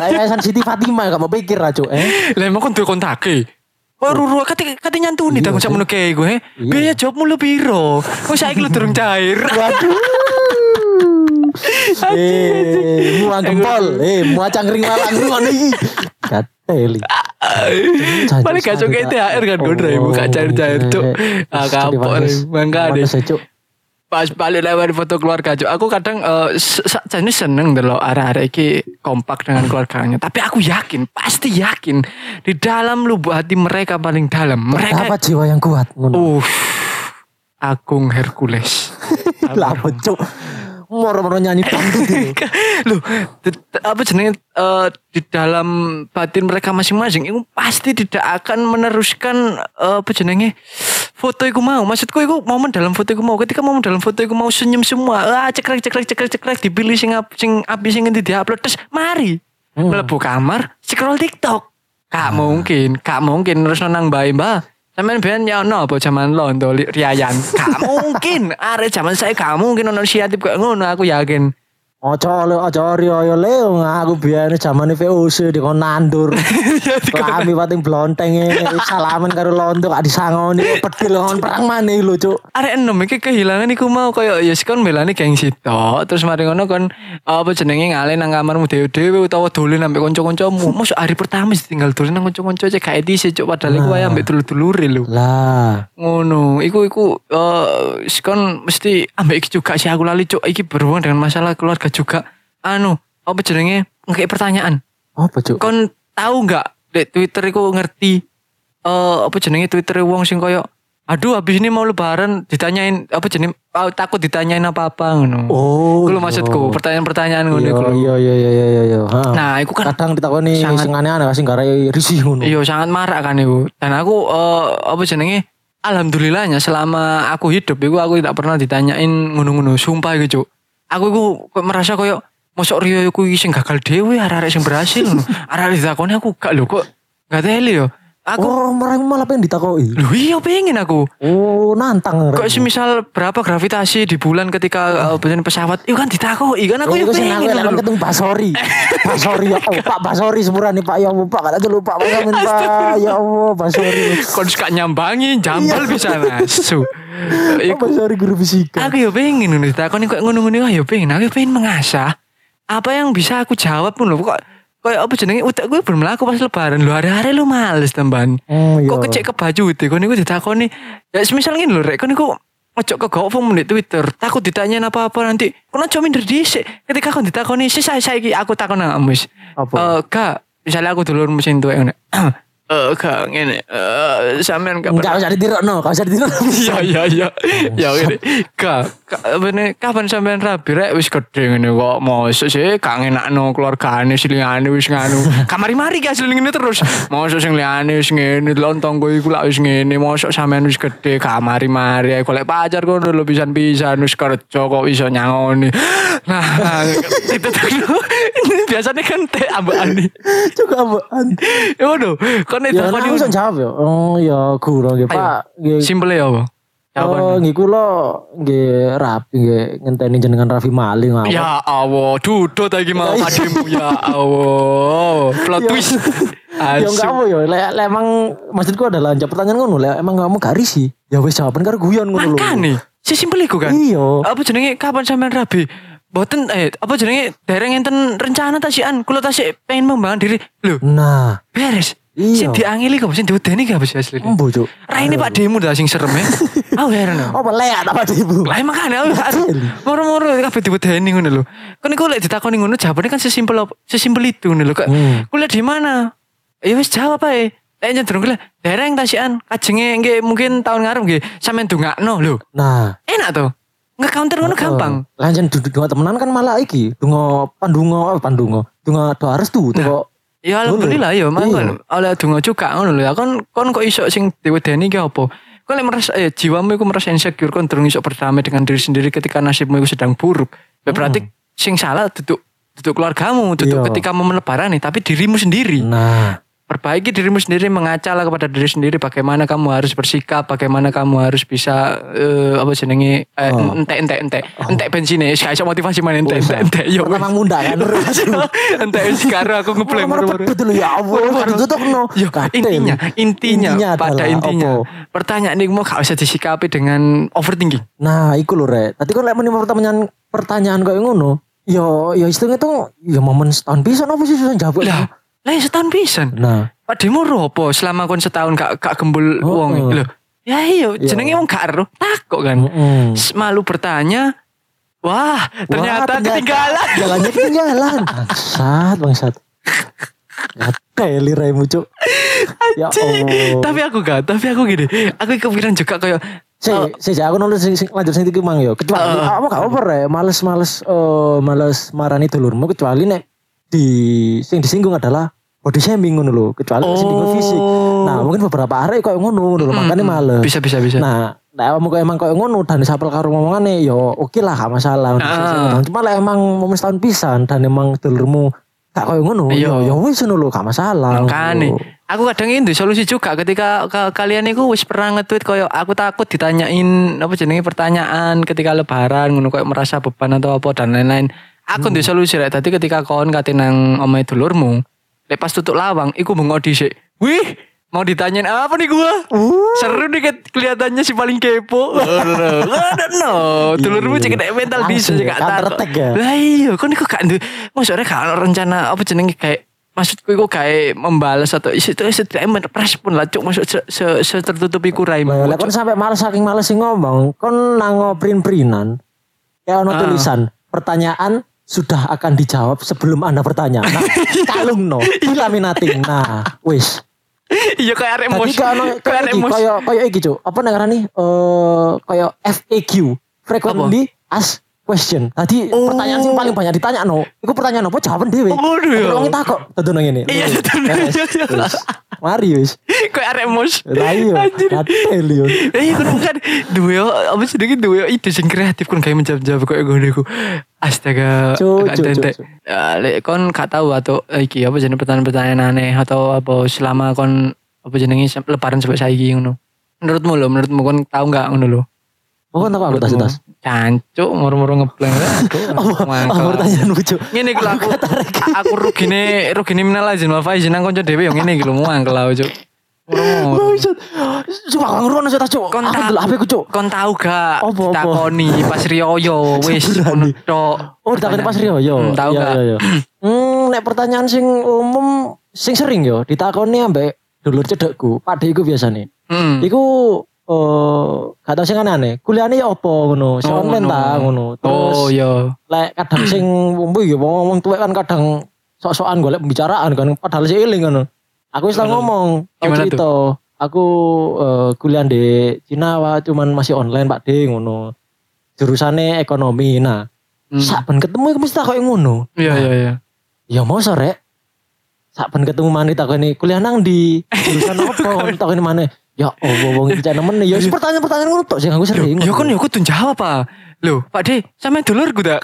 Speaker 2: Arek yayasan Siti Fatimah gak mau pikir lah cuk eh.
Speaker 1: Lah emang kon duwe kontake. Kok ruru kate kate nyantuni tak ngomong kayak gue.
Speaker 2: Iya.
Speaker 1: Biaya jobmu lu piro? Kok saiki lu durung cair.
Speaker 2: Waduh. Eh, mua gempol, eh, mua cangkring malang lu ngono iki. Gateli.
Speaker 1: Paling gak cocok THR kan gue
Speaker 2: Oh.
Speaker 1: drive gak cair-cair cuk.
Speaker 2: Eh, iya.
Speaker 1: Ah kapok mangkane.
Speaker 2: cuk.
Speaker 1: Pas balik lewat foto keluarga cuk. Aku kadang eh, se- sakjane seneng ndelok arek-arek iki kompak dengan keluarganya. Tapi aku yakin, pasti yakin di dalam lubuk hati mereka paling dalam,
Speaker 2: Apa
Speaker 1: mereka
Speaker 2: jiwa yang kuat ngono.
Speaker 1: uh Agung Hercules. Uh,
Speaker 2: Lah apa, cuk. Moro-moro nyanyi dangdut itu.
Speaker 1: Loh, di- apa jenenge eh, di dalam batin mereka masing-masing itu pasti tidak akan meneruskan eh, apa jenenge foto iku mau. Maksudku iku momen dalam foto iku mau. Ketika momen dalam foto iku mau senyum semua. Ah, cekrek cekrek cekrek cekrek dipilih sing up, sing abis sing endi diupload terus mari. Melebu kamar, scroll TikTok. Kak mungkin, kak mungkin terus nang bae, Mbak. Sampeyan ben ya ono apa jaman londo li- riayan. Gak mungkin. Arek jaman saya gak mungkin ono inisiatif kayak ngono aku yakin.
Speaker 2: Ojo le ojo rio yo le aku biyen zamane VOC dikon nandur. Kami pating blonteng salaman karo londo gak disangoni pedil kon perang maneh lho cuk.
Speaker 1: Arek enom iki kehilangan iku mau koyo ya kon melani geng sitok terus mari ngono kon apa jenenge ngale nang kamarmu dhewe-dhewe utawa dolen ambek kanca-kancamu. Mosok hari pertama sih tinggal dolen nang kanca-kanca cek gak edisi cuk padahal iku wae ambek dulur-dulure lho.
Speaker 2: Lah,
Speaker 1: Ngono, iku iku eh kon mesti ambek iki juga sih aku lali cuk iki berhubungan dengan masalah keluarga juga. Anu, apa jenenge ngekek pertanyaan.
Speaker 2: apa cuk?
Speaker 1: kon tahu nggak di Twitter iku ngerti eh apa jenenge Twitter wong sing koyo aduh habis ini mau lebaran ditanyain apa jenenge ah, takut ditanyain apa-apa ngono.
Speaker 2: Oh,
Speaker 1: Iku lho
Speaker 2: iya.
Speaker 1: maksudku, pertanyaan-pertanyaan ngono
Speaker 2: Iya
Speaker 1: iku lho.
Speaker 2: iya iya iya iya iya. Ha.
Speaker 1: Nah, iku kan
Speaker 2: kadang ditakoni
Speaker 1: sangat-
Speaker 2: sing aneh-aneh kasih garai risih ngono.
Speaker 1: Iya sangat marak kan iku. Dan aku eh, apa jenenge alhamdulillahnya selama aku hidup iku aku tidak pernah ditanyain ngono-ngono. Sumpah iku, Cuk. Aku iku kok merasa koyo mosok Rio iku iki sing gagal dhewe arek-arek sing berhasil ngono. Arek ditakoni aku gak lho kok gak teli yo. Aku
Speaker 2: Oh, mereka malah pengen ditakoi.
Speaker 1: lho iya pengen aku.
Speaker 2: Oh, nantang.
Speaker 1: Kok semisal berapa gravitasi di bulan ketika eh, beneran pesawat? Iya kan ditakoi kan aku
Speaker 2: Hmm. Oh,
Speaker 1: yo
Speaker 2: iku sing
Speaker 1: pengen.
Speaker 2: aku lek
Speaker 1: ngono lho.
Speaker 2: ketemu Pak Sori. Pak Sori ya Allah, Pak Pak Sori sepurane Pak ya Allah, Pak gak tahu lupa Pak Amin, Pak. Ya Allah, Pak Sori.
Speaker 1: Kon suka nyambangi, jambal
Speaker 2: Iya.
Speaker 1: bisa nasu. Iku
Speaker 2: Pak Sori guru fisika.
Speaker 1: Aku ya pengen ngono ditakoni kok ngono-ngono ya pengen. Aku ya pengen mengasah apa yang bisa aku jawab pun lho kok kok apa jenenge utek gue belum laku pas lebaran lho hari-hari lu males temban.
Speaker 2: Hmm,
Speaker 1: Kok
Speaker 2: iya.
Speaker 1: kecek ke baju itu kok niku ditakoni. Ya semisal ngene lho rek kok niku ojo ke di Twitter takut ditanyain apa-apa nanti kena aja minder dhisik ketika kau ditakoni sih saya saiki aku takon nang amus
Speaker 2: Apa?
Speaker 1: Eh, Kak, misalnya aku dulur mesin tuwek ngene eh kak ngene eh sampean gak
Speaker 2: Enggak usah ditirokno, enggak usah ditirokno.
Speaker 1: Iya iya iya. Ya ngene. Ka, ka bener, kapan sampean rabi rek wis gede ngene kok mosok sih gak ngenakno keluargane silingane wis nganu. Kamari mari ki hasil ngene terus. Mosok sing liyane wis ngene lontong gue iku lak wis ngene mosok sampean wis gede kamari mari ae golek pacar kono lho pisan-pisan wis kerja kok iso nyangoni. Nah, itu tuh. Biasanya kan teh ambek
Speaker 2: Juga ambekan.
Speaker 1: Ya waduh, kon itu
Speaker 2: Ya kan aku iso jawab ya. Oh, ya guru nggih, Pak. Nggih.
Speaker 1: Simple ya apa? Jawaban.
Speaker 2: Oh, nggih kula nggih rapi nggih ngenteni jenengan Raffi maling apa.
Speaker 1: Ya Allah, dudut lagi mau ademu ya Allah. Plot twist.
Speaker 2: Ya
Speaker 1: Asu.
Speaker 2: enggak apa ya, lek lek emang maksudku adalah jawab pertanyaan ngono, lek emang kamu gak risih, ya wis jawaban karo guyon ngono lho.
Speaker 1: Makane, sesimpel iku kan.
Speaker 2: Iya.
Speaker 1: Apa jenenge kapan sampean rabi? Boten eh apa jenenge dereng enten rencana tasian, kula tasik pengen membangun diri. Lho,
Speaker 2: Nah,
Speaker 1: beres. Sing
Speaker 2: Iya.
Speaker 1: diangeli kok sing diudeni gak bisa asli.
Speaker 2: Embo, Cuk.
Speaker 1: Ra ini Pak Demu dah sing serem ya. Aku heran. aku.
Speaker 2: Oh, meleak apa ibu?
Speaker 1: Lah emang kan aku
Speaker 2: Betul.
Speaker 1: moro-moro kabeh diwedeni ngono lho. Kan iku lek ditakoni ngono jawabane kan sesimpel op- sesimpel itu ngono lho. Kok
Speaker 2: Hmm.
Speaker 1: kuliah di mana? Ya wis jawab ae. Lek cenderung kuliah daerah yang tasian kajenge nggih mungkin tahun ngarep nggih sampean dongakno lho.
Speaker 2: Nah,
Speaker 1: Enak to. Nge-counter ngono gampang.
Speaker 2: Lanjut duduk dungo temenan kan malah iki, dungo pandungo, eh, pandungo, dungo do harus tuh, teko
Speaker 1: Ya alhamdulillah ya mangkon oleh donga juga ngono lho. Ya Kon kon kok iso sing diwedeni ki apa? Kon lek merasa eh, jiwamu iku merasa insecure kon durung iso berdamai dengan diri sendiri ketika nasibmu iku sedang buruk. Ya berarti sing salah duduk duduk keluargamu, duduk
Speaker 2: Iya.
Speaker 1: ketika momen lebaran nih, tapi dirimu sendiri.
Speaker 2: Nah,
Speaker 1: Perbaiki dirimu sendiri, mengacalah kepada diri sendiri bagaimana kamu harus bersikap, bagaimana kamu harus bisa eh, apa jenenge eh, entek entek entek. Entek bensin ya, saya iso motivasi main entek entek entek. Yo.
Speaker 2: pertama muda kan.
Speaker 1: Entek wis karo aku ngebleng
Speaker 2: Nomor
Speaker 1: moro-moro.
Speaker 2: pedut dulu ya Allah, harus tutup no.
Speaker 1: Yo,
Speaker 2: Gatel.
Speaker 1: intinya, intinya, pada
Speaker 2: adalah
Speaker 1: intinya.
Speaker 2: opo?
Speaker 1: Pertanyaan ini mau gak usah disikapi dengan overthinking.
Speaker 2: Nah, iku lho rek. Tadi kan lek meni pertanyaan pertanyaan koyo ngono, yo yo istilahnya tuh yo momen setahun bisa nopo sih susah jawab.
Speaker 1: Lah, lah ya setahun pisan.
Speaker 2: Nah,
Speaker 1: Padahal ropo selama kon setahun gak gak gembul
Speaker 2: Oh,
Speaker 1: wong
Speaker 2: oh.
Speaker 1: lho. Ya iya, jenenge wong gak ero takok kan.
Speaker 2: mm.
Speaker 1: S- Malu bertanya. Wah, ternyata
Speaker 2: ternyata-
Speaker 1: ketinggalan.
Speaker 2: jalannya ketinggalan. Bangsat, bangsat. Gatel remu cuk. Ya Allah.
Speaker 1: tapi aku gak, tapi aku gini. Aku kepikiran juga kayak
Speaker 2: Si,
Speaker 1: Oh.
Speaker 2: si, si, aku nulis sing, sing, lanjut sing iki mang yo. Kecuali kamu gak over ya, males-males eh males marani dulurmu kecuali nek di sing disinggung adalah body shaming ngono lho, kecuali nek singgung fisik. Nah, mungkin beberapa arek koyo ngono ngono lho, makane Kan males.
Speaker 1: Oh. Hmm, bisa bisa bisa.
Speaker 2: Nah, nek awakmu kok emang koyo ngono dan sapel karo ngomongane yo oke lah gak masalah.
Speaker 1: Ah.
Speaker 2: Cuma lah emang momen setahun pisan dan emang dulurmu gak koyo ngono
Speaker 1: Iya.
Speaker 2: yo yo wis ngono lho gak masalah.
Speaker 1: Makane.
Speaker 2: ngono.
Speaker 1: Aku kadang ini solusi juga ketika ka- kalian itu wis pernah nge-tweet koyo aku takut ditanyain apa jenenge pertanyaan ketika lebaran ngono koyo merasa beban atau apa dan lain-lain. Aku
Speaker 2: Hmm.
Speaker 1: nduwe solusi rek dadi ketika kon kate nang omahe dulurmu, lek pas tutup lawang iku bengok dhisik. Wih, mau ditanyain apa nih gua?
Speaker 2: Uh.
Speaker 1: Seru nih ket- kelihatannya si paling kepo. no, dulurmu cek nek mental bisa
Speaker 2: Iya, Langsung
Speaker 1: cek
Speaker 2: ya,
Speaker 1: gak
Speaker 2: counter
Speaker 1: takut.
Speaker 2: attack ya.
Speaker 1: Lah iya, kan iku gak ndu. Maksudnya gak ono rencana apa jenenge kayak maksudku iku kayak membalas atau isi itu setidaknya merespon lah cuk maksud se, se, se tertutup iku
Speaker 2: Lah,
Speaker 1: raimu.
Speaker 2: Lah kon sampai males saking males sing ngomong, kon nang print-printan.
Speaker 1: Ah.
Speaker 2: Ya ono tulisan, pertanyaan sudah akan dijawab sebelum Anda bertanya. Nah, kalung no, ilaminating. Nah, wis.
Speaker 1: Iya kayak arek mos.
Speaker 2: Tadi kayak ono
Speaker 1: Kayak
Speaker 2: kayak
Speaker 1: arek
Speaker 2: iki,
Speaker 1: mos.
Speaker 2: kayak kayak iki, Cuk. Apa nang ngarani? Eh, kayak FAQ, frequently asked question. Tadi
Speaker 1: Oh.
Speaker 2: pertanyaan sing paling banyak ditanya no, iku pertanyaan apa jawaban dhewe.
Speaker 1: Oh, ngono ya?
Speaker 2: Wong takok, tentu nang ngene.
Speaker 1: Iya,
Speaker 2: Wis,
Speaker 1: tentu nang ngene.
Speaker 2: wis. Mari wis.
Speaker 1: Kayak arek mos.
Speaker 2: Lah iya,
Speaker 1: Anjir.
Speaker 2: gatel yo.
Speaker 1: Eh kan kan duwe apa sedikit duwe ide sing kreatif kan kayak menjawab-jawab kayak ngono iku. Astaga,
Speaker 2: Cuk,
Speaker 1: agak
Speaker 2: cuk,
Speaker 1: tentek.
Speaker 2: cuk,
Speaker 1: Ya, lek kon gak tahu atau eh, iki apa jenenge pertanyaan-pertanyaan aneh atau apa selama kon apa jenenge sem- lebaran sampai saiki ngono. Menurutmu lo, menurutmu kon tahu nggak ngono lo?
Speaker 2: Mau kan tak aku tas tas.
Speaker 1: Cancuk moro-moro ngebleng. Aduh,
Speaker 2: Oh,
Speaker 1: mangkel.
Speaker 2: pertanyaan lucu.
Speaker 1: Ngene iki lho aku aku rugine rugine minal aizin wal faizin nang kanca dhewe yo ngene iki lho mangkel aku cuk. Moro-moro.
Speaker 2: Buset. Coba aku ngeruan aja tas, Cuk. Aku
Speaker 1: Kon tak-
Speaker 2: ndelok HP ku, Cuk.
Speaker 1: Kon tahu gak
Speaker 2: Apa, apa?
Speaker 1: takoni pas rioyo wis
Speaker 2: Seberani.
Speaker 1: ngono tok.
Speaker 2: Oh, ditakoni pas Rio, yo.
Speaker 1: Hmm, tahu
Speaker 2: Iya,
Speaker 1: gak?
Speaker 2: iya, iya. Hmm, nek pertanyaan sing umum sing sering yo ditakoni ambek dulur cedekku, Pakde iku biasane.
Speaker 1: Hmm.
Speaker 2: Iku eh gak tau sing aneh-aneh. Kuliahane ya apa ngono, sing
Speaker 1: Oh,
Speaker 2: online ta ngono. Terus
Speaker 1: Oh yo.
Speaker 2: lek kadang sing umbu ya wong wong tuwek kan kadang sok-sokan golek pembicaraan kan padahal sih eling kan. Aku wis tau ngomong, tau
Speaker 1: Gimana
Speaker 2: cerita. Aku eh, kuliah di Cina wah cuman masih online Pak De ngono. Jurusannya ekonomi. Nah,
Speaker 1: Hmm.
Speaker 2: saben ketemu aku mesti takoki ngono.
Speaker 1: Iya iya iya.
Speaker 2: Ya mau sore. Saben ketemu maneh takoni kuliah nang di jurusan apa takoni maneh. Ya Allah wong iki cah nemen ya wis pertanyaan-pertanyaan ngono tok sing aku sering.
Speaker 1: Yo ya kon yo kudu jawab apa? Lho, Pak De, sampean dulurku tak.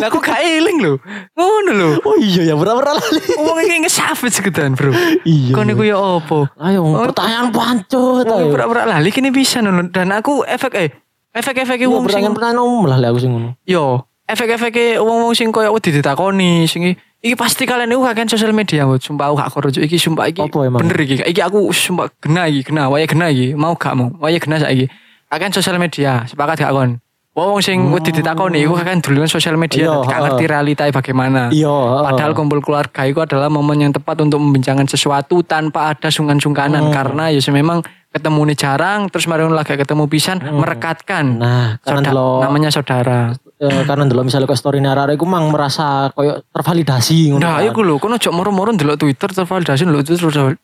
Speaker 1: Lah aku gak eling lho. Ngono lho.
Speaker 2: Oh iya ya pura-pura lali.
Speaker 1: Wong iki nge-savage gedan, Bro.
Speaker 2: Iya.
Speaker 1: Kon iku yo opo?
Speaker 2: Ayo pertanyaan pancut.
Speaker 1: Wong
Speaker 2: ayo.
Speaker 1: pura-pura lali kene bisa lho dan aku efek eh efek-efeke
Speaker 2: Iya,
Speaker 1: wong sing
Speaker 2: pertanyaan-pertanyaan umum lah lek aku sing ngono.
Speaker 1: Yo, efek-efeke wong-wong sing koyo wedi ditakoni sing i- iki pasti kalian niku kakek sosial media wot. Sumpah aku gak kerujuk iki sumpah iki
Speaker 2: Apa emang?
Speaker 1: bener iki. Iki aku sumpah gena iki, gena, waya gena iki. Mau gak mau, waya gena saiki. Kakek sosial media, sepakat gak kon? Wah, wong sing wedi ditakoni iku kan duluan sosial media dan gak
Speaker 2: Hmm. Iya, heeh.
Speaker 1: ngerti realita bagaimana.
Speaker 2: Iya, heeh.
Speaker 1: Padahal kumpul keluarga itu adalah momen yang tepat untuk membincangkan sesuatu tanpa ada
Speaker 2: Hmm.
Speaker 1: sungkan-sungkanan karena ya memang ketemu nih jarang terus mari lagi ketemu pisan merekatkan.
Speaker 2: Hmm. Nah, karena
Speaker 1: Sauda-
Speaker 2: delok-
Speaker 1: namanya saudara.
Speaker 2: Eh, karena dulu misalnya kok story arek iku mang merasa koyo tervalidasi ngono.
Speaker 1: Nah,
Speaker 2: kan.
Speaker 1: iku lho, kono jok moro-moro ndelok Twitter tervalidasi ndelok Twitter terus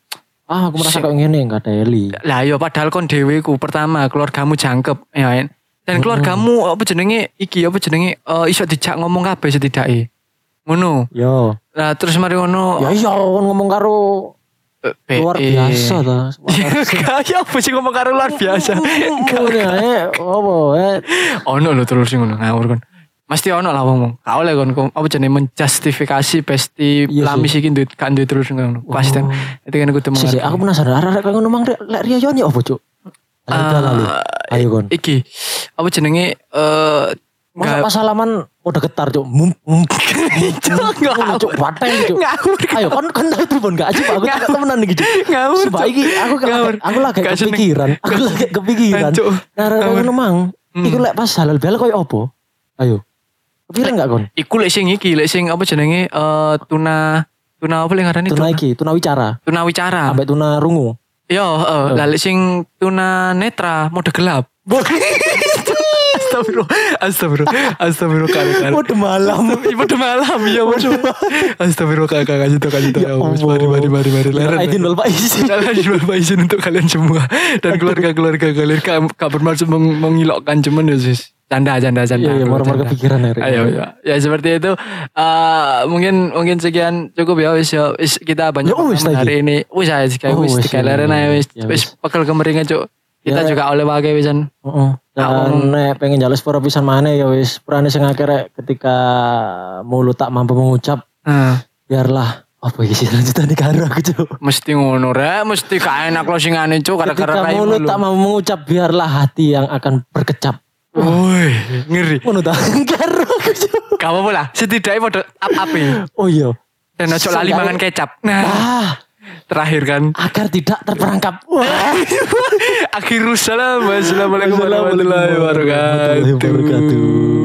Speaker 2: Ah, aku merasa koyo ngene enggak ada Eli.
Speaker 1: lah yo padahal kon dhewe ku pertama keluargamu jangkep ya kan? dan keluargamu apa jenenge iki apa jenenge eh, iso dijak ngomong kabeh setidake ngono
Speaker 2: Yo.
Speaker 1: nah terus mari ngono
Speaker 2: Ya iya kon ngomong karo
Speaker 1: eh, PE.
Speaker 2: Ya, luar biasa ta.
Speaker 1: ya apa sih ngomong karo luar biasa
Speaker 2: Ngene ae opo eh
Speaker 1: ono lho terus sing ngono ngawur kon mesti ono lah wong gak oleh kon kon- apa jenenge menjustifikasi pasti
Speaker 2: Iya sih. Oh.
Speaker 1: lami sih iki duit kan duit terus ngono pasti itu kan kudu
Speaker 2: sih, sih,
Speaker 1: mengerti
Speaker 2: aku penasaran arek koyo ngono mang rek- lek Ria yo ni opo, Cuk? Ada lalu.
Speaker 1: Ah,
Speaker 2: Ayo kon.
Speaker 1: iki apa jenenge eh
Speaker 2: Masa pas salaman udah getar, Cuk. Mum mum. Ngono, Cuk, batel, Cuk.
Speaker 1: ngawur
Speaker 2: Ayo kon kon tak telepon gak aja aku tak temenan iki Cuk.
Speaker 1: Ngawur,
Speaker 2: Sumpah
Speaker 1: Cuk.
Speaker 2: iki aku ke-
Speaker 1: Ngawur.
Speaker 2: aku lagi
Speaker 1: Gak seneng.
Speaker 2: kepikiran, aku lagi kepikiran.
Speaker 1: Cuk.
Speaker 2: Nah, rek
Speaker 1: Ngawur. Hmm.
Speaker 2: ngono mang, iku lek pas halal bihalal koyo opo? Ayo. Kepikiran gak kon?
Speaker 1: Iku lek sing iki, lek sing apa jenenge eh tuna tuna apa lek ngarani
Speaker 2: Tuna iki, tuna wicara,
Speaker 1: tuna wicara.
Speaker 2: ambek tuna rungu.
Speaker 1: Yo, eh, lah lek sing tuna netra mode gelap. Astagfirullah, astagfirullah, astagfirullah kali kali.
Speaker 2: Udah malam.
Speaker 1: Ibu udah malam ya, Mas. Astagfirullah kakak kasih tuh kasih tuh. Mari mari mari mari leren.
Speaker 2: Aidin wal Faiz.
Speaker 1: Kalian juga izin untuk kalian semua dan keluarga-keluarga kalian. Kak, kak bermaksud meng- mengilokkan cuman ya sis. Canda, canda, canda.
Speaker 2: Iya, iya,
Speaker 1: Keluar
Speaker 2: moro-moro
Speaker 1: canda.
Speaker 2: kepikiran ya, Rik.
Speaker 1: Ayo, ya. Ya seperti itu. Eh, mungkin mungkin sekian cukup ya wis ya. Wis, kita banyak
Speaker 2: Ya, wis
Speaker 1: omongan
Speaker 2: lagi.
Speaker 1: hari ini. Wis aja sih
Speaker 2: Oh,
Speaker 1: wis
Speaker 2: wis,
Speaker 1: dikeleren aja
Speaker 2: iya,
Speaker 1: wis.
Speaker 2: iya,
Speaker 1: Wis pekel kemeringan cuk. Kita
Speaker 2: Ya.
Speaker 1: juga oleh wae wisan.
Speaker 2: Heeh.
Speaker 1: Nah, iya.
Speaker 2: Dan nek pengen jales para pisan maneh ya wis, prane sing akeh rek ketika mulut tak mampu mengucap,
Speaker 1: Heeh.
Speaker 2: Ah. biarlah apa iki sih lanjutan karo aku, Cuk.
Speaker 1: Mesti ngono rek, mesti gak enak closingane cuk
Speaker 2: Ketika
Speaker 1: gara-gara raimu
Speaker 2: mulut
Speaker 1: lu.
Speaker 2: tak mampu mengucap, biarlah hati yang akan berkecap.
Speaker 1: Woi, ngeri.
Speaker 2: Ngono ta? Karo aku, Cuk.
Speaker 1: Gak apa-apa lah, setidaknya pada up-up
Speaker 2: Oh iya.
Speaker 1: Dan ojo lali
Speaker 2: Seenggaknya-
Speaker 1: mangan kecap. Nah,
Speaker 2: Ah,
Speaker 1: terakhir kan.
Speaker 2: agar tidak terperangkap. Wah.
Speaker 1: Akhirus salam. Wassalamualaikum warahmatullahi
Speaker 2: Wassalamualaikum warahmatullahi
Speaker 1: wabarakatuh.
Speaker 2: wabarakatuh.